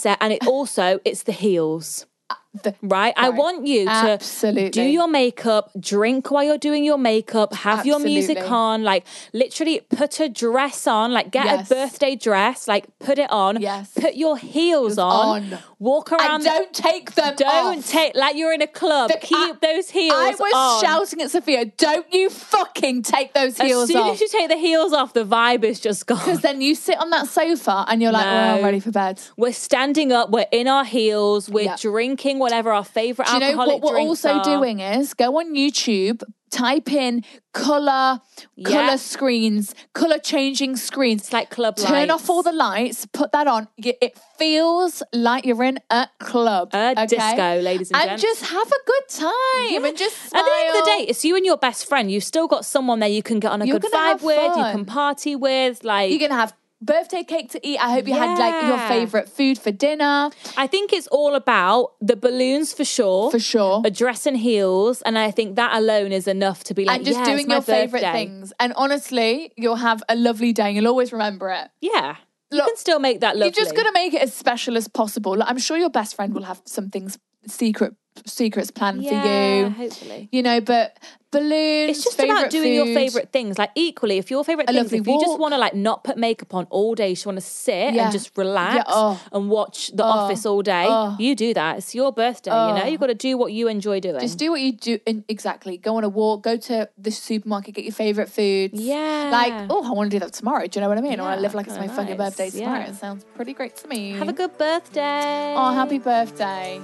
C: mindset, and it also it's the heels.
B: Uh, the-
C: right? I
B: right.
C: want you
B: Absolutely.
C: to do your makeup, drink while you're doing your makeup, have your music
B: Absolutely.
C: on, like literally put a dress on, like get
B: Yes.
C: a birthday dress, like put it on,
B: Yes.
C: put your heels on,
B: on.
C: walk around.
B: And don't take them
C: don't
B: off.
C: take like you're in a club.
B: The-
C: keep
B: I-
C: those heels.
B: I was
C: on.
B: shouting at Sophia, don't you fucking take those heels
C: As soon
B: off.
C: as you take the heels off, the vibe is just gone.
B: Because then you sit on that sofa and you're like,
C: No.
B: well, I'm ready for bed.
C: We're standing up. We're in our heels. We're
B: Yeah.
C: drinking whatever our favorite
B: Do you know
C: alcoholic
B: what we're
C: drinks
B: also
C: are.
B: doing is go on YouTube, type in color,
C: Yeah.
B: color screens, color changing screens.
C: It's like club
B: Turn off all the lights, put that on. Y- It feels like you're in a club.
C: A disco, ladies and
B: And
C: gents.
B: just have a good time and just smile.
C: At the end of the day, it's you and your best friend. You've still got someone there you can get on a
B: You're
C: good
B: gonna
C: vibe
B: have
C: with. You
B: fun.
C: can party with. Like,
B: you're going to have birthday cake to eat. I hope you had like your
C: Yeah.
B: favorite food for dinner.
C: I think it's all about the balloons for sure,
B: For sure.
C: a dress and heels, and I think that alone is enough to be like,
B: and just
C: yeah, it's
B: doing
C: my
B: your favorite
C: birthday.
B: things. And honestly, you'll have a lovely day and you'll always remember it.
C: Yeah, you
B: Look,
C: can still make that lovely.
B: You just got to make it as special as possible. Like, I'm sure your best friend will have some things secret secrets planned
C: yeah,
B: for you.
C: Hopefully,
B: You know, but balloons.
C: it's just about
B: favourite
C: doing your
B: food.
C: favorite things. Like equally, if your favorite
B: A
C: things,
B: lovely
C: if you just
B: walk.
C: want to like not put makeup on all day, you just want to sit
B: Yeah.
C: and just relax
B: Yeah, oh. Oh.
C: and watch The Office all day, you do that. It's your birthday, you know. You got to do what you enjoy doing.
B: Just do what you do in, exactly. Go on a walk. Go to the supermarket. Get your favorite foods.
C: Yeah.
B: Like, oh, I want to do that tomorrow. Do you know what I mean? I want
C: Yeah,
B: to live like it's my
C: kinda
B: fucking
C: nice.
B: birthday
C: Yeah.
B: tomorrow. It sounds pretty great to me.
C: Have a good birthday.
B: Oh, happy birthday.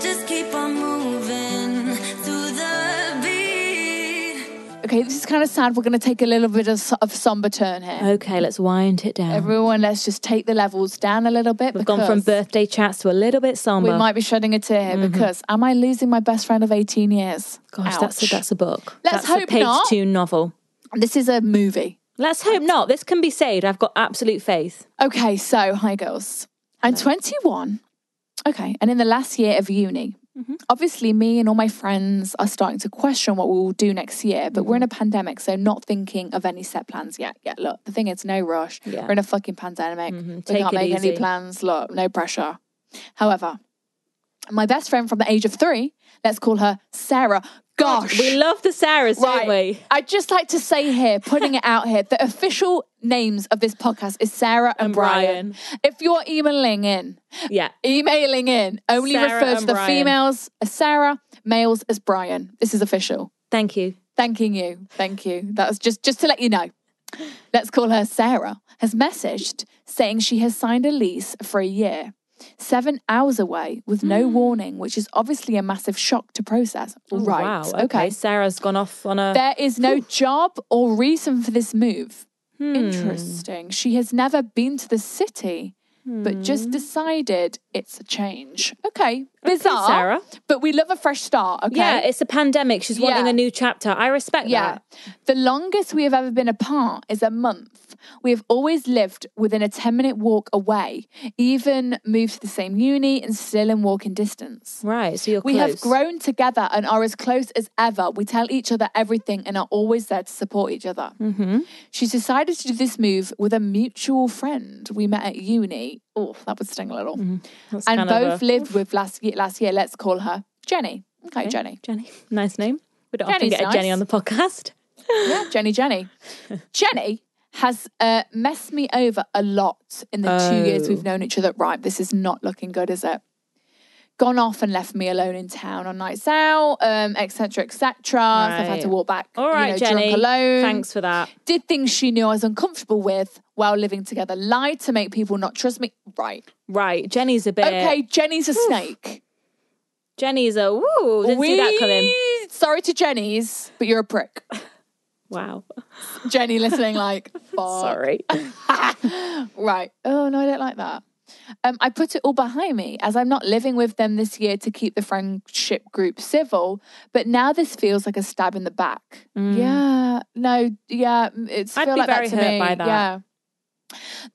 A: Just keep on moving to the beat.
B: Okay, this is kind of sad. We're going to take a little bit of, so- of somber turn here.
C: Okay, let's wind it down.
B: Everyone, let's just take the levels down a little bit.
C: We've gone from
B: because
C: birthday chats to a little bit
B: We
C: somber. Mm-hmm.
B: might be shedding a tear here because am I losing my best friend of 18 years?
C: Gosh, that's a,
B: Ouch.
C: that's a book.
B: Let's
C: that's a
B: hope
C: page
B: not.
C: two novel.
B: This is a movie.
C: Let's hope not. This can be saved. I've got absolute faith.
B: Okay, so hi girls. I'm 21. Okay, and in the last year of uni,
C: Mm-hmm.
B: obviously me and all my friends are starting to question what we will do next year, but we're in a
C: Mm-hmm.
B: pandemic, so not thinking of any set plans yet. Yet, look, the thing is, no rush.
C: Yeah. Mm-hmm.
B: We're in a fucking pandemic. We
C: Take
B: can't
C: it
B: make
C: easy.
B: any plans. Look, no pressure. However, my best friend from the age of three, let's call her Sarah. Gosh,
C: We love the Sarahs, don't we?
B: I'd just like to say here, putting it out here, the official names of this podcast is Sarah and,
C: And Brian.
B: Brian. If you're emailing in,
C: Yeah.
B: emailing in, only
C: Sarah
B: refer to
C: and
B: the
C: Brian.
B: females as Sarah, males as Brian. This is official.
C: Thank you.
B: Thanking you. Thank you. That's just just to let you know. Let's call her Sarah has messaged saying she has signed a lease for a year. Seven hours away with no
C: Mm.
B: warning, which is obviously a massive shock to process. right.
C: Oh, Wow. Okay.
B: okay.
C: Sarah's gone off on a.
B: There is no job or reason for this move.
C: Hmm.
B: Interesting. She has never been to the city, but
C: Hmm.
B: just decided it's a change. Okay. Bizarre.
C: Sarah.
B: But we love a fresh start. Okay.
C: Yeah, it's a pandemic. She's wanting
B: Yeah.
C: a new chapter. I respect
B: Yeah.
C: that.
B: The longest we have ever been apart is a month. We have always lived within a 10 minute walk away, even moved to the same uni and still in walking distance.
C: Right. So you're
B: We have
C: close.
B: grown together and are as close as ever. We tell each other everything and are always there to support each other. Mm-hmm. She's decided to do this move with a mutual friend we met at uni Jenny. Oh, that would sting a little.
C: Mm-hmm. That's
B: and
C: kind of
B: both
C: a-
B: lived with last year. Last year, let's call her Jenny. Okay, Jenny.
C: Jenny. Nice name. We don't often
B: Jenny's
C: get a Jenny
B: nice.
C: on the podcast.
B: Yeah, Jenny. Jenny. Jenny has uh, messed me over a lot in the two years
C: Oh.
B: we've known each other. Right, this is not looking good, is it? Gone off and left me alone in town on nights out, um, et cetera, et cetera. So I've had to
C: Right.
B: walk back.
C: All
B: you
C: right,
B: know,
C: Jenny.
B: Drunk alone.
C: Thanks for that.
B: Did things she knew I was uncomfortable with while living together. Lied to make people not trust me. Right.
C: Right, Jenny's a bit.
B: Okay, Jenny's a snake.
C: Jenny's a woo. Didn't see that coming.
B: We- Sorry to Jenny's, but you're a prick.
C: Wow.
B: Jenny listening, like, fuck.
C: Sorry.
B: Right. Oh, no, I don't like that. Um, I put it all behind me as I'm not living with them this year to keep the friendship group civil. But now this feels like a stab in the back. Yeah. No, yeah. m- It's
C: Mm. I'd
B: feel
C: be
B: like
C: very
B: that to
C: hurt
B: me.
C: by that.
B: Yeah.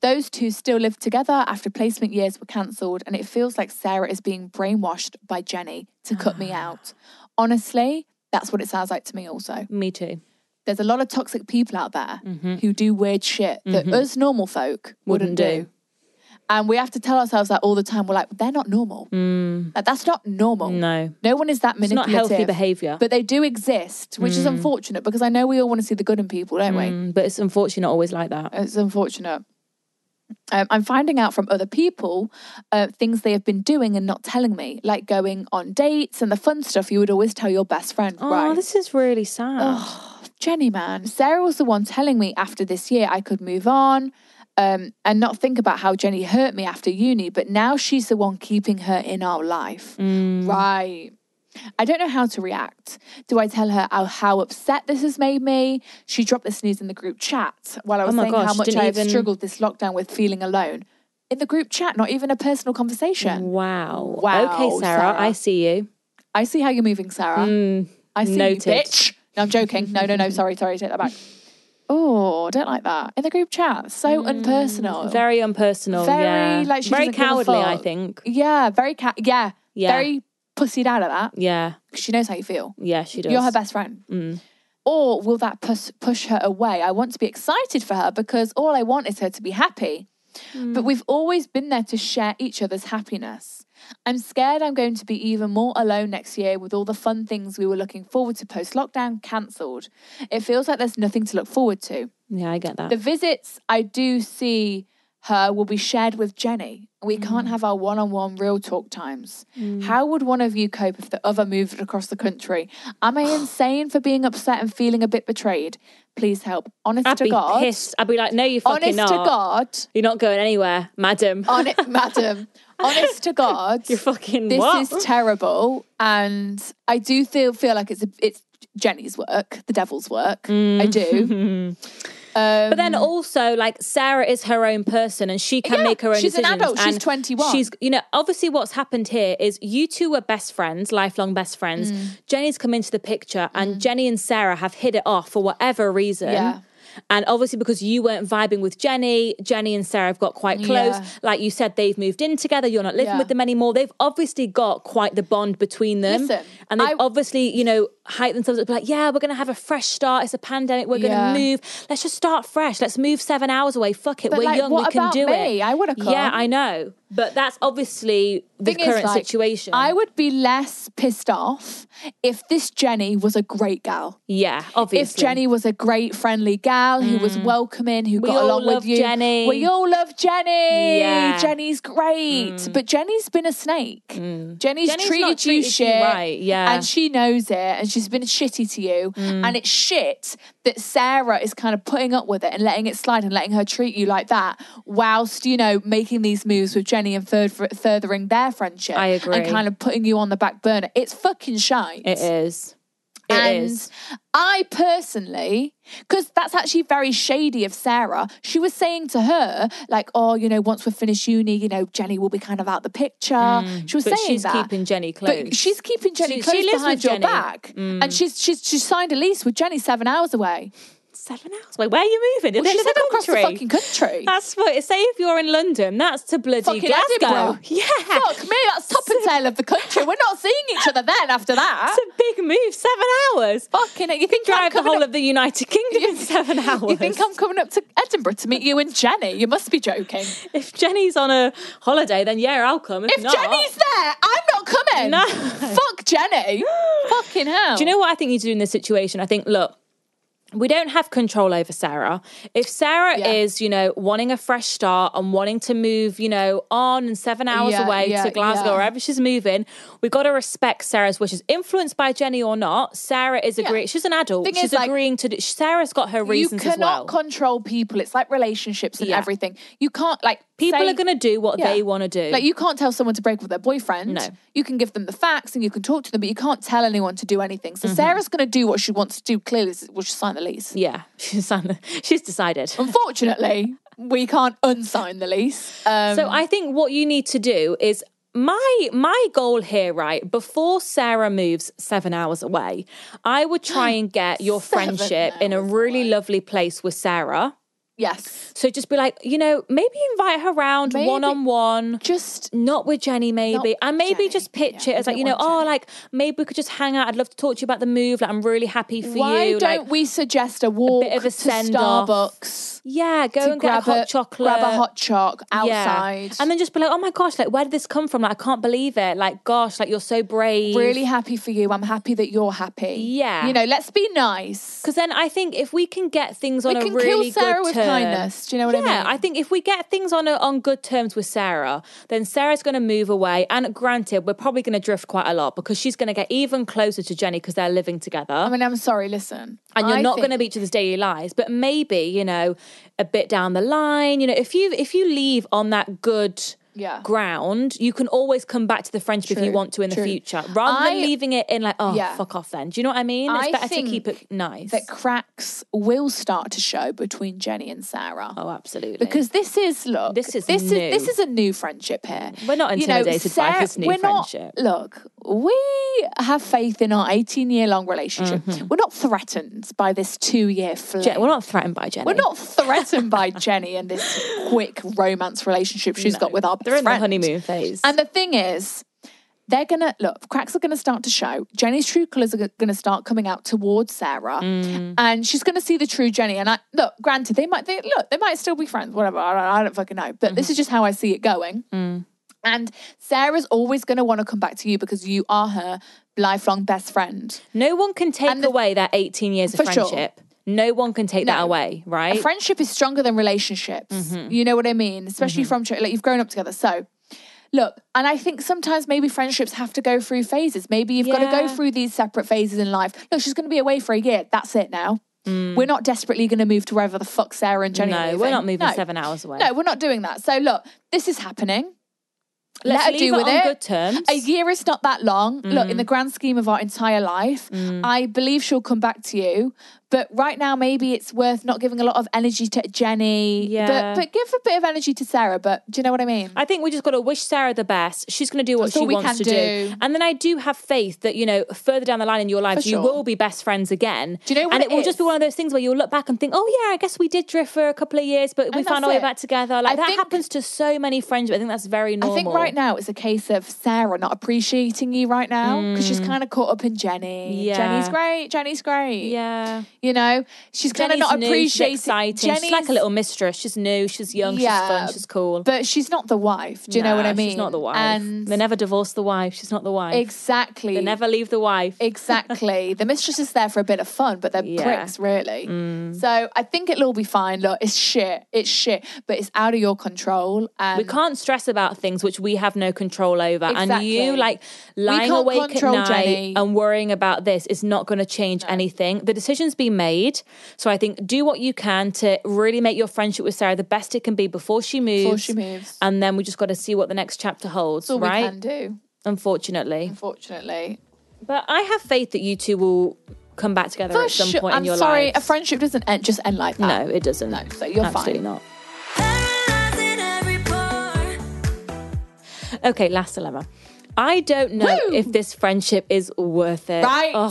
B: Those two still live together after placement years were cancelled, and it feels like Sarah is being brainwashed by Jenny to cut me out. Honestly, that's what it sounds like to me, also
C: Me too.
B: there's a lot of toxic people out there who do weird shit that us normal folk wouldn't,
C: Mm-hmm. Wouldn't
B: do.
C: do.
B: And we have to tell ourselves that all the time. We're like, they're not normal. Like, that's not normal.
C: Mm. No.
B: No one is that
C: It's not
B: manipulative.
C: healthy behaviour.
B: But they do exist, which is unfortunate because I know we all want to see the good in people, don't we?
C: Mm, but it's unfortunately not always like that.
B: It's unfortunate. Um, I'm finding out from other people uh, things they have been doing and not telling me, like going on dates and the fun stuff you would always tell your best friend.
C: Oh,
B: right. Oh,
C: this is really sad.
B: Jenny, man, Sarah was the one telling me after this year I could move on um, and not think about how Jenny hurt me after uni, but now she's the one keeping her in our life.
C: Mm.
B: Right. I don't know how to react. Do I tell her how, how upset this has made me? She dropped this news in the group chat while I was
C: Oh my
B: saying how
C: gosh,
B: much
C: didn't
B: I have
C: even-
B: struggled this lockdown with feeling alone. In the group chat, not even a personal conversation.
C: Wow.
B: Wow,
C: Okay, Sarah,
B: Sarah.
C: I see you.
B: I see how you're moving, Sarah. I see you,
C: Mm. noted.
B: bitch. No, I'm joking. No, no, no. Sorry, sorry. Take that back. Oh, don't like that in the group chat. So unpersonal.
C: Mm. Very unpersonal.
B: Oh. Very,
C: yeah.
B: like, she
C: very
B: doesn't give a
C: cowardly, I
B: fuck.
C: think.
B: yeah, very cat. Yeah,
C: Yeah.
B: very pussied out of that.
C: Yeah.
B: 'cause She knows how you feel.
C: Yeah, she does. Mm.
B: You're her best friend. Or will that push push her away? I want to be excited for her because all I want is her to be happy.
C: Mm.
B: But we've always been there to share each other's happiness. I'm scared I'm going to be even more alone next year with all the fun things we were looking forward to post lockdown cancelled. It feels like there's nothing to look forward to.
C: Yeah, I get that.
B: The visits I do see her will be shared with Jenny. We can't
C: Mm.
B: have our one on one real talk times. How would one of you cope if the other moved across the country? Am I insane for being upset and feeling a bit betrayed? Please help. Honest
C: I'd
B: to
C: be
B: God.
C: pissed. I'd be like, no, you fucking
B: Honest
C: not.
B: to God. Oh,
C: You're not going anywhere, madam.
B: On madam. Honest to God.
C: You're fucking
B: this
C: what?
B: is terrible and i do feel feel like it's a, it's jenny's work the devil's work i do
C: Mm.
B: um,
C: But then also, like Sarah is her own person, and she can
B: Yeah,
C: make her own
B: she's an
C: decisions.
B: adult, she's
C: and
B: 21.
C: She's, you know, obviously, what's happened here is you two were best friends, lifelong best friends.
B: Mm.
C: Jenny's come into the picture, and Jenny and Sarah have hit it off for whatever reason.
B: Yeah.
C: And obviously, because you weren't vibing with Jenny, Jenny and Sarah have got quite close.
B: Yeah.
C: Like you said, they've moved in together. You're not living
B: Yeah.
C: with them anymore. They've obviously got quite the bond between them,
B: Listen,
C: and they've
B: I-
C: obviously, you know, hyped themselves up. Like, yeah, we're going to have a fresh start. It's a pandemic. We're
B: Yeah.
C: going to move move. Let's just start fresh. Let's move seven hours away. Fuck it.
B: But,
C: We're
B: like,
C: young.
B: what
C: we can
B: about
C: do
B: me?
C: it.
B: I would've
C: Yeah,
B: come.
C: I know. But that's obviously the
B: thing is,
C: current
B: like,
C: situation.
B: i would be less pissed off if this jenny was a great gal
C: yeah, obviously. Mm.
B: if Jenny was a great, friendly gal who was welcoming, who got
C: all
B: along with
C: love
B: you,
C: Jenny.
B: we all love Jenny.
C: Yeah. Mm.
B: Jenny's great, but Jenny's been a snake. Jenny's,
C: Jenny's
B: treated,
C: not
B: you
C: treated you
B: shit,
C: right, yeah. Mm.
B: and she knows it, and she's been shitty to you, and it's shit that Sarah is kind of putting up with it and letting it slide and letting her treat you like that, whilst you know making these moves with Jenny and fur- furthering their friendship.
C: I
B: and
C: agree.
B: kind of putting you on the back burner. It's fucking shite.
C: It is. It is.
B: and I personally, because that's actually very shady of Sarah. She was saying to her, like, "Oh, you know, once we're finished uni, you know, Jenny will be kind of out the picture." she was
C: Mm, But
B: saying
C: she's
B: that.
C: keeping Jenny close.
B: But she's keeping Jenny
C: She- she
B: close
C: lives
B: behind
C: with Mm.
B: your
C: Jenny.
B: back, and she's she's she signed a lease with Jenny seven hours away.
C: seven hours. Wait, where are you moving?
B: Well,
C: At the
B: she
C: end of
B: said
C: the
B: across the
C: country.
B: fucking country.
C: That's what. Say if you're in London, that's to bloody
B: Fucking Edinburgh.
C: Glasgow. Yeah,
B: Fuck me, that's top and tail of the country. We're not seeing each other then after that.
C: It's a big move. Seven hours.
B: Fucking it. You think I'm
C: Drive the
B: coming
C: whole
B: up-
C: of the United Kingdom in seven hours.
B: You think I'm coming up to Edinburgh to meet you and Jenny? You must be joking. If
C: If Jenny's on a holiday, then yeah, I'll come. If, not,
B: Jenny's there, I'm not coming.
C: No.
B: Fuck Jenny. Fucking hell.
C: Do you know what I think you do in this situation? I think, look, we don't have control over Sarah. If Sarah
B: Yeah.
C: is, you know, wanting a fresh start and wanting to move, you know, on and seven hours
B: Yeah,
C: away
B: yeah,
C: to Glasgow
B: yeah.
C: or wherever she's moving, we've got to respect Sarah's wishes. Influenced by Jenny or not, Sarah is agreeing. She's an adult.
B: Thing
C: she's
B: is, like,
C: agreeing to do, Sarah's got her
B: you
C: reasons
B: cannot
C: as well.
B: control people. It's like relationships and
C: Yeah.
B: everything. You can't like
C: People
B: say-
C: are going to do what
B: Yeah.
C: they want to do.
B: Like you can't tell someone to break up with their boyfriend.
C: No.
B: You can give them the facts and you can talk to them, but you can't tell anyone to do anything. So Sarah's going to do what she wants to do. Clearly, is- well, she signed the lease.
C: Mm-hmm. yeah, she's, she's decided.
B: Unfortunately, we can't unsign the lease. Um,
C: So I think what you need to do is my my goal here, right? Before Sarah moves seven hours away, I would try and get your
B: Seven
C: friendship in a
B: hours
C: really lovely place with Sarah.
B: yes,
C: So just be like, you know, maybe invite her round
B: Maybe-
C: one on one.
B: just
C: Not with Jenny, maybe,
B: Not
C: and maybe
B: Jenny.
C: just pitch
B: Yeah, we
C: it as like
B: don't
C: you know,
B: want
C: oh,
B: Jenny.
C: like maybe we could just hang out. I'd love to talk to you about the move. Like I'm really happy for
B: why
C: you.
B: don't
C: like,
B: we suggest a walk
C: of a
B: to
C: send-off.
B: Starbucks?
C: yeah, go
B: to
C: and get
B: grab
C: a hot chocolate,
B: grab a hot choc
C: Yeah.
B: outside.
C: And then just be like, oh my gosh, like where did this come from? Like I can't believe it. Like gosh, like you're so brave.
B: really happy for you. I'm happy that you're happy.
C: Yeah.
B: you know, let's be nice.
C: Because then I think if we can get things
B: We
C: on
B: can
C: a really
B: kill Sarah
C: good
B: with
C: term-
B: kindness. Do you know what
C: yeah,
B: I mean?
C: think if we get things on a, on good terms with Sarah, then Sarah's going to move away. And granted, we're probably going to drift quite a lot because she's going to get even closer to Jenny because they're living together.
B: I mean, I'm sorry. Listen,
C: and you're
B: I
C: not going to
B: think-
C: be each other's daily lives, but maybe you know a bit down the line. You know, if you if you leave on that good
B: Yeah.
C: ground, you can always come back to the friendship if you
B: True,
C: want to in
B: true.
C: the future, rather
B: I-
C: than leaving it in like oh
B: Yeah.
C: fuck off then. Do you know what I mean? It's
B: I
C: better to keep
B: think
C: it nice.
B: that cracks will start to show between Jenny and Sarah.
C: oh, absolutely.
B: Because this is look,
C: This is
B: this
C: new.
B: is this is a new friendship here.
C: We're not intimidated by this new
B: we're not-
C: friendship.
B: Look, we have faith in our 18 year long relationship. We're not threatened by this two year fling.
C: Je- Mm-hmm. we're not threatened by Jenny.
B: We're not threatened by Jenny and this quick romance relationship she's got with our best
C: They're in the
B: friend.
C: honeymoon phase.
B: And the thing is, they're gonna look. Cracks are gonna start to show. Jenny's true colors are gonna start coming out towards Sarah, and she's gonna see the true Jenny. And I look, granted, they might they, look, they might still be friends, whatever. I don't, I don't fucking know. But this is just how I see it going. And Sarah's always gonna want to come back to you because you are her lifelong best friend.
C: no one can take
B: and the-
C: away that 18 years of
B: For sure.
C: friendship. No one can take that
B: No.
C: away,
B: A
C: right?
B: friendship is stronger than relationships.
C: Mm-hmm.
B: You know what I mean? Especially from ch- like you've grown up together. So look, and I think sometimes maybe friendships have to go through phases. Maybe you've got to go
C: Yeah.
B: through these separate phases in life. Look, she's going to be away for a year. That's it now. We're not desperately going to move to wherever the fuck Sarah and Jenny.
C: Mm. no,
B: are
C: we're
B: moving.
C: not moving
B: No.
C: seven hours away.
B: No, we're not doing that. So look, this is happening.
C: Let's
B: Let her
C: leave
B: do
C: it
B: with
C: on
B: it.
C: good terms.
B: A year is not that long. Look, in
C: Mm.
B: the grand scheme of our entire life, I believe she'll come back to you. But right now, maybe it's worth not giving a lot of energy to Jenny. But,
C: Yeah.
B: but give a bit of energy to Sarah. But do you know what I mean?
C: I think we just got to wish Sarah the best. She's going to do what
B: That's
C: she
B: all we
C: wants
B: can
C: to do.
B: do.
C: And then I do have faith that, you know, further down the line in your lives, you
B: sure.
C: will be best friends again.
B: Do you know what
C: And it,
B: it
C: will just
B: is?
C: be one of those things where you'll look back and think, oh, yeah, I guess we did drift for a couple of years, but we
B: And that's
C: found our way
B: it.
C: back together. Like
B: I
C: that
B: think-
C: happens to so many friends. I think that's very normal.
B: I think right now it's a case of Sarah not appreciating you right now because she's kind of caught up in Jenny.
C: Mm. Yeah.
B: Jenny's great. Jenny's great.
C: Yeah.
B: You know, she's kind of
C: Jenny's
B: not
C: new,
B: appreciating.
C: She's exciting. She's like
B: Jenny's-
C: a little mistress. She's new. She's young. she's fun. She's cool.
B: But she's not the wife. Do you know what
C: Nah,
B: I mean?
C: She's not the wife.
B: And
C: they never divorce the wife. She's not the wife.
B: exactly.
C: They never leave the wife.
B: Exactly. the mistress is there for a bit of fun, but they're
C: Yeah. Mm.
B: pricks, really. So I think it'll all be fine. Look, it's shit. It's shit, but it's out of your control. And
C: we can't stress about things which we have no control over. And you
B: Exactly.
C: like lying
B: can't
C: awake at
B: control
C: night
B: Jenny.
C: and worrying about this is not going to change anything. The decision's been made. So I think do what you can to really make your friendship with Sarah the best it can be before she moves.
B: Before she moves.
C: And then we just got to see what the next chapter holds,
B: That's all
C: right?
B: we can do,
C: Unfortunately.
B: unfortunately.
C: But I have faith that you two will come back together
B: For
C: at some
B: sure.
C: point
B: I'm
C: in your
B: sorry,
C: lives.
B: a friendship doesn't end, just end like that.
C: No, it doesn't.
B: No, so you're fine.
C: Absolutely not.
A: Paralyzing every pore.
C: Okay, last dilemma. I don't know
B: Woo!
C: if this friendship is worth it.
B: Right.
C: Oh,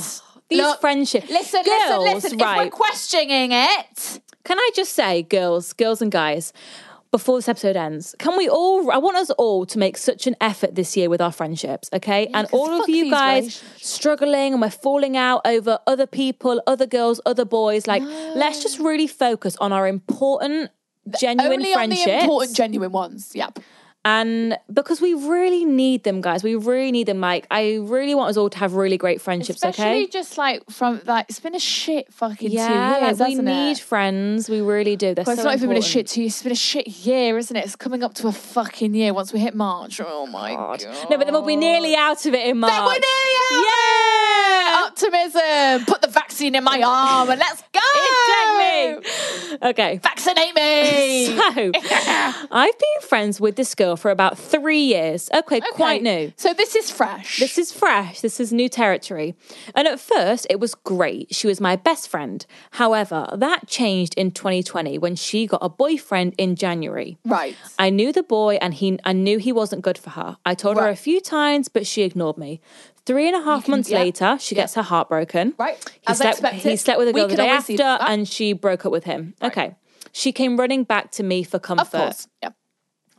C: These
B: Look,
C: friendships.
B: Listen,
C: girls,
B: listen, listen. If we're
C: Right.
B: questioning it,
C: Can I just say, girls, girls and guys, before this episode ends, can we all? I want us all to make such an effort this year with our friendships, okay? and
B: 'cause
C: all
B: fuck
C: of you
B: these
C: guys
B: relationships.
C: struggling and we're falling out over other people, other girls, other boys. Like, let's just really focus on our important, genuine
B: only on
C: friendships.
B: the important, genuine ones. Yep.
C: and because we really need them, guys, we really need them. Like, I really want us all to have really great friendships,
B: Especially
C: okay?
B: just like from like it's been a shit fucking
C: yeah,
B: two years.
C: like, we
B: hasn't
C: need
B: It?
C: friends. We really do. They're
B: Well, it's
C: so
B: not even been a
C: important.
B: shit two years. It's been a shit year, isn't it? It's coming up to a fucking year once we hit March. Oh my god.
C: No, but then we'll be nearly out of it in March.
B: Then we're nearly out.
C: Yeah!
B: Optimism. Put the vaccine in my arm and let's go.
C: Inject me. Oh, Okay.
B: Vaccinate me.
C: So, I've been friends with this girl for about three years. Okay, quite
B: Okay,
C: new.
B: So this is fresh.
C: This is fresh. This is new territory. And at first, it was great. She was my best friend. However, that changed in 2020 when she got a boyfriend in January.
B: right.
C: I knew the boy and he I knew he wasn't good for her. I told her
B: Right.
C: a few times, but she ignored me. Three and a half months
B: yeah,
C: later, she gets her heart broken.
B: Right,
C: He,
B: as
C: slept,
B: expected.
C: he slept with a
B: We
C: girl the
B: can
C: day
B: always
C: after
B: see that.
C: and she broke up with him. Okay. She came running back to me for comfort.
B: Of course. Yep.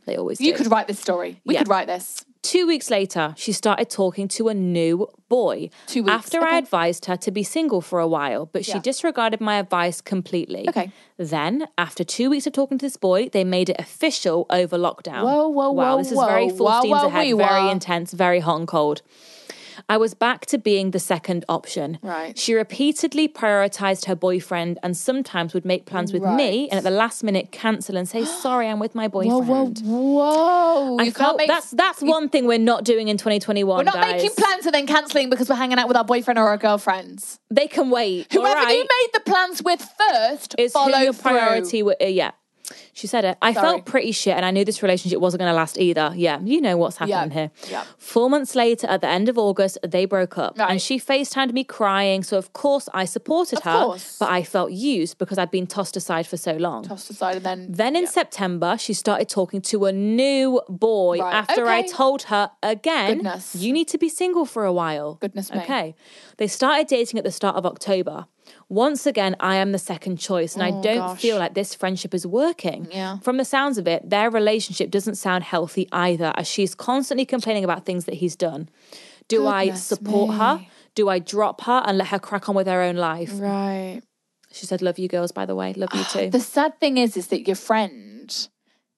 C: They always
B: You
C: do.
B: could write this story. We
C: Yeah.
B: could write this.
C: Two weeks later, she started talking to a new boy.
B: Two weeks,
C: After
B: okay.
C: I advised her to be single for a while, but she
B: Yeah.
C: disregarded my advice completely.
B: Okay.
C: Then, after two weeks of talking to this boy, they made it official over lockdown.
B: Whoa, whoa,
C: wow,
B: whoa,
C: This is very
B: whoa,
C: full
B: whoa,
C: steams
B: whoa,
C: ahead,
B: wee
C: very
B: wah.
C: intense, very hot and cold. I was back to being the second option.
B: Right.
C: She repeatedly prioritized her boyfriend and sometimes would make plans with me and at the last minute cancel and say, sorry, I'm with my boyfriend.
B: Whoa, whoa, whoa.
C: I
B: You can't
C: felt
B: make-
C: that's that's one thing we're not doing in 2021.
B: We're not
C: guys.
B: making plans and then cancelling because we're hanging out with our boyfriend or our girlfriends.
C: They can wait.
B: Whoever
C: all right?
B: you made the plans with first,
C: is
B: follow
C: who your
B: through.
C: priority. wa- uh, yeah, she said it. I
B: Sorry.
C: felt pretty shit, and I knew this relationship wasn't going to last either. Yeah, you know what's happening here.
B: yeah.
C: Four months later, at the end of August, they broke up,
B: Right.
C: and she FaceTimed me crying. So of course I supported
B: Of
C: her,
B: course.
C: but I felt used because I'd been tossed aside for so long.
B: Toss aside and then.
C: Then in September, she started talking to a new boy
B: Right,
C: after I
B: okay.
C: told her again,
B: Goodness.
C: you need to be single for a while.
B: Goodness me.
C: Okay. They started dating at the start of October. Once again, I am the second choice, and I don't feel like this friendship is working.
B: Oh, Yeah.
C: From the sounds of it, their relationship doesn't sound healthy either, as she's constantly complaining about things that he's done. Do I
B: Goodness
C: support
B: me.
C: her? Do I drop her and let her crack on with her own life?
B: Right.
C: She said, Love you girls, by the way. Love you too.
B: Ah, The sad thing is, is that your friend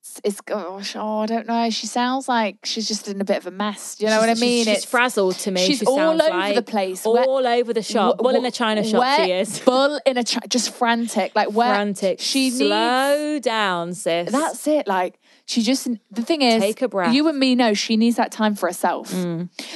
B: is, is gosh, oh, I don't know. She sounds like she's just in a bit of a mess. You know what I
C: She's-
B: mean?
C: She's, she's frazzled to me.
B: She's
C: she
B: all
C: sounds
B: over
C: like,
B: the place.
C: all
B: Where-
C: over the shop.
B: Wh-
C: Well, in
B: wh-
C: a china shop,
B: where-
C: she is.
B: Bull in a china, just frantic, like where
C: Frantic.
B: She needs
C: slow down, sis.
B: That's it. Like she just the thing is,
C: Take a breath. Mm.
B: You and me know she needs that time for herself,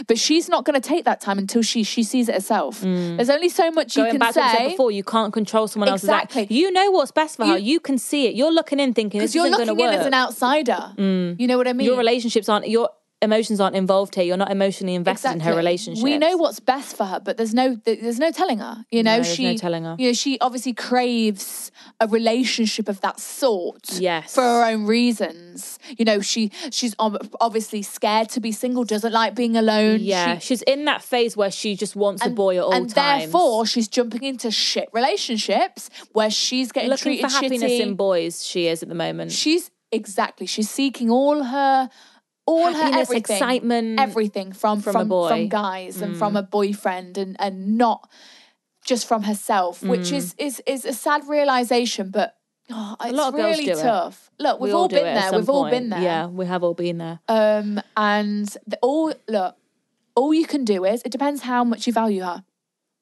B: but she's not going to take that time until she she sees it herself. There's only so much
C: Mm. going
B: you can
C: back to what I said
B: say
C: before. You can't control someone else's act.
B: Exactly.
C: You know what's best for her. You can see it. You're looking in, thinking this
B: because you're
C: isn't going to
B: looking in
C: work. Mm.
B: as an outsider. You know what I mean?
C: your relationships aren't. Your emotions aren't involved here. You're not emotionally invested in her relationship.
B: We know what's best for her, but there's no th- there's no telling her. You know,
C: No, there's
B: she
C: no telling her.
B: You know, she obviously craves a relationship of that sort.
C: Yes.
B: for her own reasons. You know, she she's ob- obviously scared to be single. Doesn't like being alone.
C: Yeah,
B: She,
C: she's in that phase where she just wants a boy at all
B: and
C: times.
B: therefore, she's jumping into shit relationships where she's getting
C: looking for
B: treated
C: happiness
B: shitty.
C: in boys, she is at the moment.
B: she's exactly. She's seeking all her, all her
C: Happiness,
B: everything,
C: excitement
B: everything from
C: from
B: from
C: a boy. Mm.
B: from guys and from a boyfriend, and and not just from herself, which
C: Mm.
B: is is is a sad realization, but. Oh, it's
C: lot of girls
B: really
C: do it.
B: tough. Look,
C: We
B: we've
C: all
B: all
C: do it
B: been
C: at
B: there.
C: some
B: We've all been
C: point.
B: there.
C: Yeah, we have all been there.
B: Um, and the, all look, all you can do is it depends how much you value her.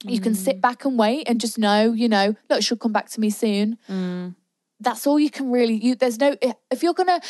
B: You can
C: Mm.
B: sit back and wait and just know, you know, look, she'll come back to me soon.
C: Mm.
B: That's all you can really. You there's no if you're gonna.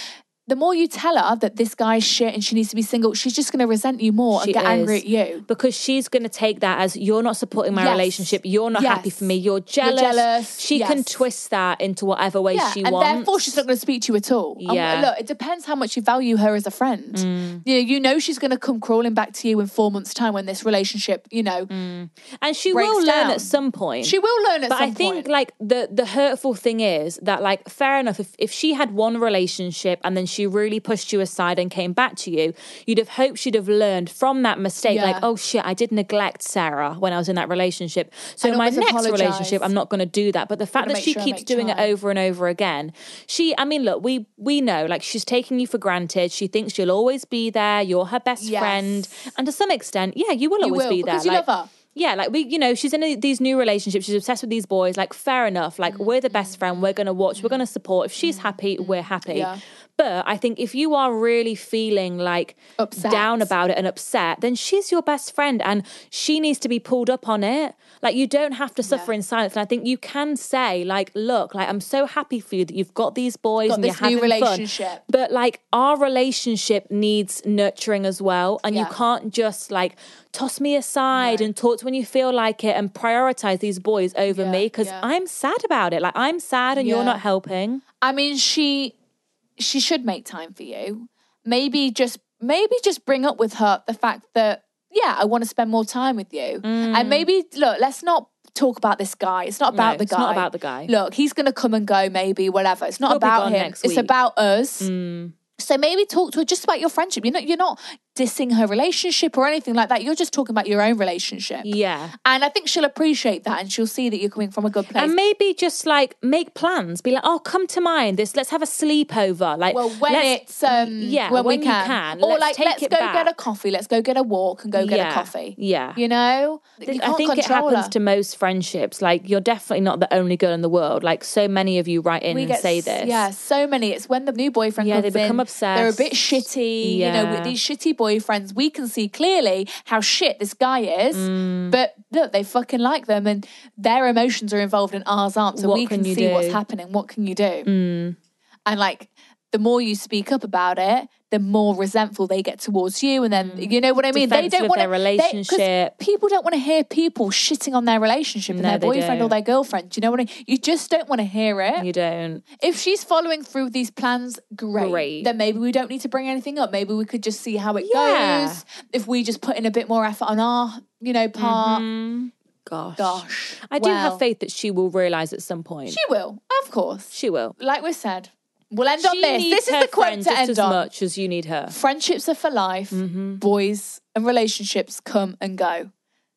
B: The more you tell her that this guy's shit and she needs to be single, she's just gonna resent you more
C: She
B: and get angry
C: is.
B: at you.
C: because she's going to take that as you're not supporting my
B: Yes.
C: relationship, you're not happy
B: Yes.
C: for me, you're jealous.
B: jealous.
C: She can
B: Yes.
C: twist that into whatever way
B: Yeah,
C: she
B: and
C: wants.
B: therefore she's not going to speak to you at all. And
C: Yeah. Mm.
B: look, it depends how much you value her as a friend. You know, you know she's going to come crawling back to you in four months' time when this relationship, you know,
C: and she
B: breaks
C: will learn
B: down.
C: at some point.
B: she will learn at
C: Mm. but
B: some
C: I think
B: point.
C: like the the hurtful thing is that like fair enough if, if she had one relationship and then she really pushed you aside and came back to you, you'd have hoped she'd have learned from that mistake,
B: Yeah.
C: like, oh shit, I did neglect Sarah when I was in that relationship. So
B: And
C: in my
B: almost
C: next
B: apologise.
C: relationship, I'm not going to do that. But the fact
B: Gotta
C: that
B: make
C: she
B: sure I
C: keeps
B: make
C: doing it
B: time.
C: over and over again, she, I mean, look, we we know, like, she's taking you for granted. She thinks you'll always be there. You're her best
B: Yes.
C: friend, and to some extent, yeah, you will
B: You
C: always
B: will,
C: be there.
B: because you
C: like-
B: love her.
C: yeah, like we, you know, she's in a, these new relationships. She's obsessed with these boys. Like, fair enough. Like, we're the best friend. We're going to watch. We're going to support. If she's happy, we're happy.
B: Mm. Yeah.
C: But I think if you are really feeling like
B: Upset.
C: down about it and upset, then she's your best friend and she needs to be pulled up on it. Like, you don't have to suffer in silence. And I think you can say, like, look, like, I'm so happy for you that you've got these boys
B: Got
C: and
B: this
C: you're
B: new
C: having
B: relationship.
C: fun. But like, our relationship needs nurturing as well. And
B: Yeah.
C: you can't just like toss me aside and talk to when you feel like it and prioritize these boys over
B: Yeah,
C: me because
B: yeah.
C: I'm sad about it. Like, I'm sad and
B: Yeah.
C: you're not helping.
B: I mean, she she should make time for you. Maybe just maybe just bring up with her the fact that yeah, I want to spend more time with you,
C: Mm.
B: and maybe look, let's not talk about this guy. It's not about
C: No,
B: the
C: it's
B: guy.
C: not about the guy.
B: Look, he's gonna come and go, maybe whatever. It's not
C: He'll be
B: about
C: gone
B: him.
C: next
B: it's
C: week. Mm.
B: about us. So maybe talk to her just about your friendship. You're not you're not dissing her relationship or anything like that. You're just talking about your own relationship.
C: Yeah.
B: And I think she'll appreciate that, and she'll see that you're coming from a good place.
C: And maybe just like make plans. Be like, oh, come to mine. This let's have a sleepover. Like,
B: Well, when
C: let's-
B: it's um,
C: yeah,
B: when, we
C: you
B: can,
C: can.
B: or
C: let's
B: like
C: take
B: let's
C: it
B: go
C: back.
B: get a coffee, let's go get a walk and go get a
C: Yeah,
B: coffee.
C: yeah.
B: you know,
C: Th-
B: you
C: I
B: can't
C: think it
B: control
C: happens
B: her.
C: to most friendships. Like, you're definitely not the only girl in the world. Like, so many of you write in and say
B: s-
C: this.
B: Yeah, so many. It's when the new boyfriend
C: Yeah, they
B: comes
C: become
B: in, They're a bit
C: obsessed.
B: shitty. You know, with
C: Yeah.
B: these shitty boyfriends, we can see clearly how shit this guy is.
C: Mm.
B: But look, they fucking like them, and their emotions are involved and ours aren't. So
C: What
B: we can,
C: can you
B: see what's
C: do? Mm.
B: happening. What can you do? And like, the more you speak up about it, the more resentful they get towards you, and then you know what I mean. they
C: Mm. Defensive
B: don't
C: of
B: want
C: their relationship.
B: People don't want to hear people shitting on their relationship and
C: No,
B: their
C: they
B: boyfriend or
C: don't.
B: their girlfriend. Do you know what I mean? You just don't want to hear it.
C: You don't.
B: If she's following through with these plans, great.
C: Great.
B: Then maybe we don't need to bring anything up. Maybe we could just see how it
C: Yeah.
B: goes. If we just put in a bit more effort on our, you know, part.
C: Mm-hmm. Gosh.
B: Gosh.
C: I do
B: Well,
C: have faith that she will realize at some point.
B: She will, of course.
C: She will.
B: Like we said, we'll end on
C: She
B: this.
C: needs
B: This is
C: her
B: the quote
C: friend
B: to
C: just
B: end
C: as
B: on.
C: much Mm-hmm. as you need her.
B: Friendships are for life. Boys and relationships come and go.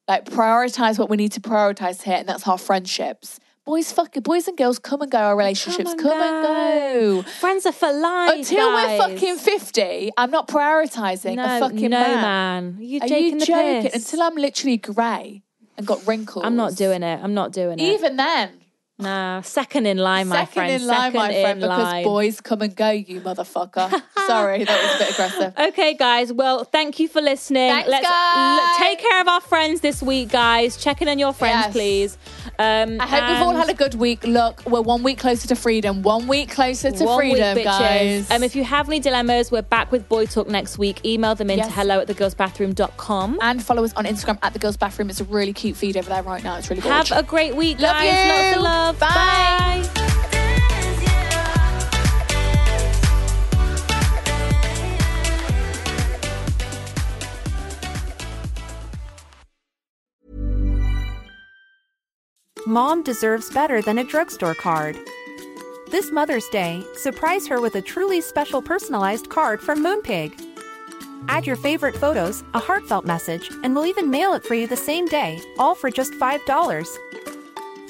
B: Like prioritize what we need to prioritize here, and that's our friendships. Boys, fuck boys and girls come and go. Our relationships come and, go.
C: Friends are for life.
B: Until
C: guys.
B: we're fucking 50, I'm not prioritizing
C: no,
B: a fucking
C: no,
B: man.
C: man. You're
B: Are
C: taking
B: you
C: the
B: joking?
C: piss.
B: Until I'm literally grey and got wrinkles.
C: I'm not doing it. I'm not doing it.
B: Even then.
C: Nah, second in line, my
B: second
C: friend.
B: in line, my
C: Second
B: friend,
C: in
B: because
C: line.
B: boys come and go, you motherfucker. Sorry, that was a bit aggressive.
C: Okay, guys. Well, thank you for listening.
B: Thanks,
C: Let's
B: guys.
C: take care of our friends this week, guys. Check in on your friends,
B: Yes.
C: please. Um,
B: I hope we've all had a good week. Look, we're one week closer to freedom. One week closer to freedom,
C: week, bitches.
B: guys.
C: Um, if you have any dilemmas, we're back with Boy Talk next week. Email them in
B: Yes.
C: to hello at thegirlsbathroom.com.
B: and follow us on Instagram at the girls' bathroom. It's a really cute feed over there right now. It's really gorgeous.
C: Have a great week,
B: Love
C: guys.
B: you.
C: Lots of love.
B: Bye.
C: Bye.
A: Dance, yeah.
E: Mom deserves better than a drugstore card. This Mother's Day, surprise her with a truly special personalized card from Moonpig. Add your favorite photos, a heartfelt message, and we'll even mail it for you the same day, all for just $5.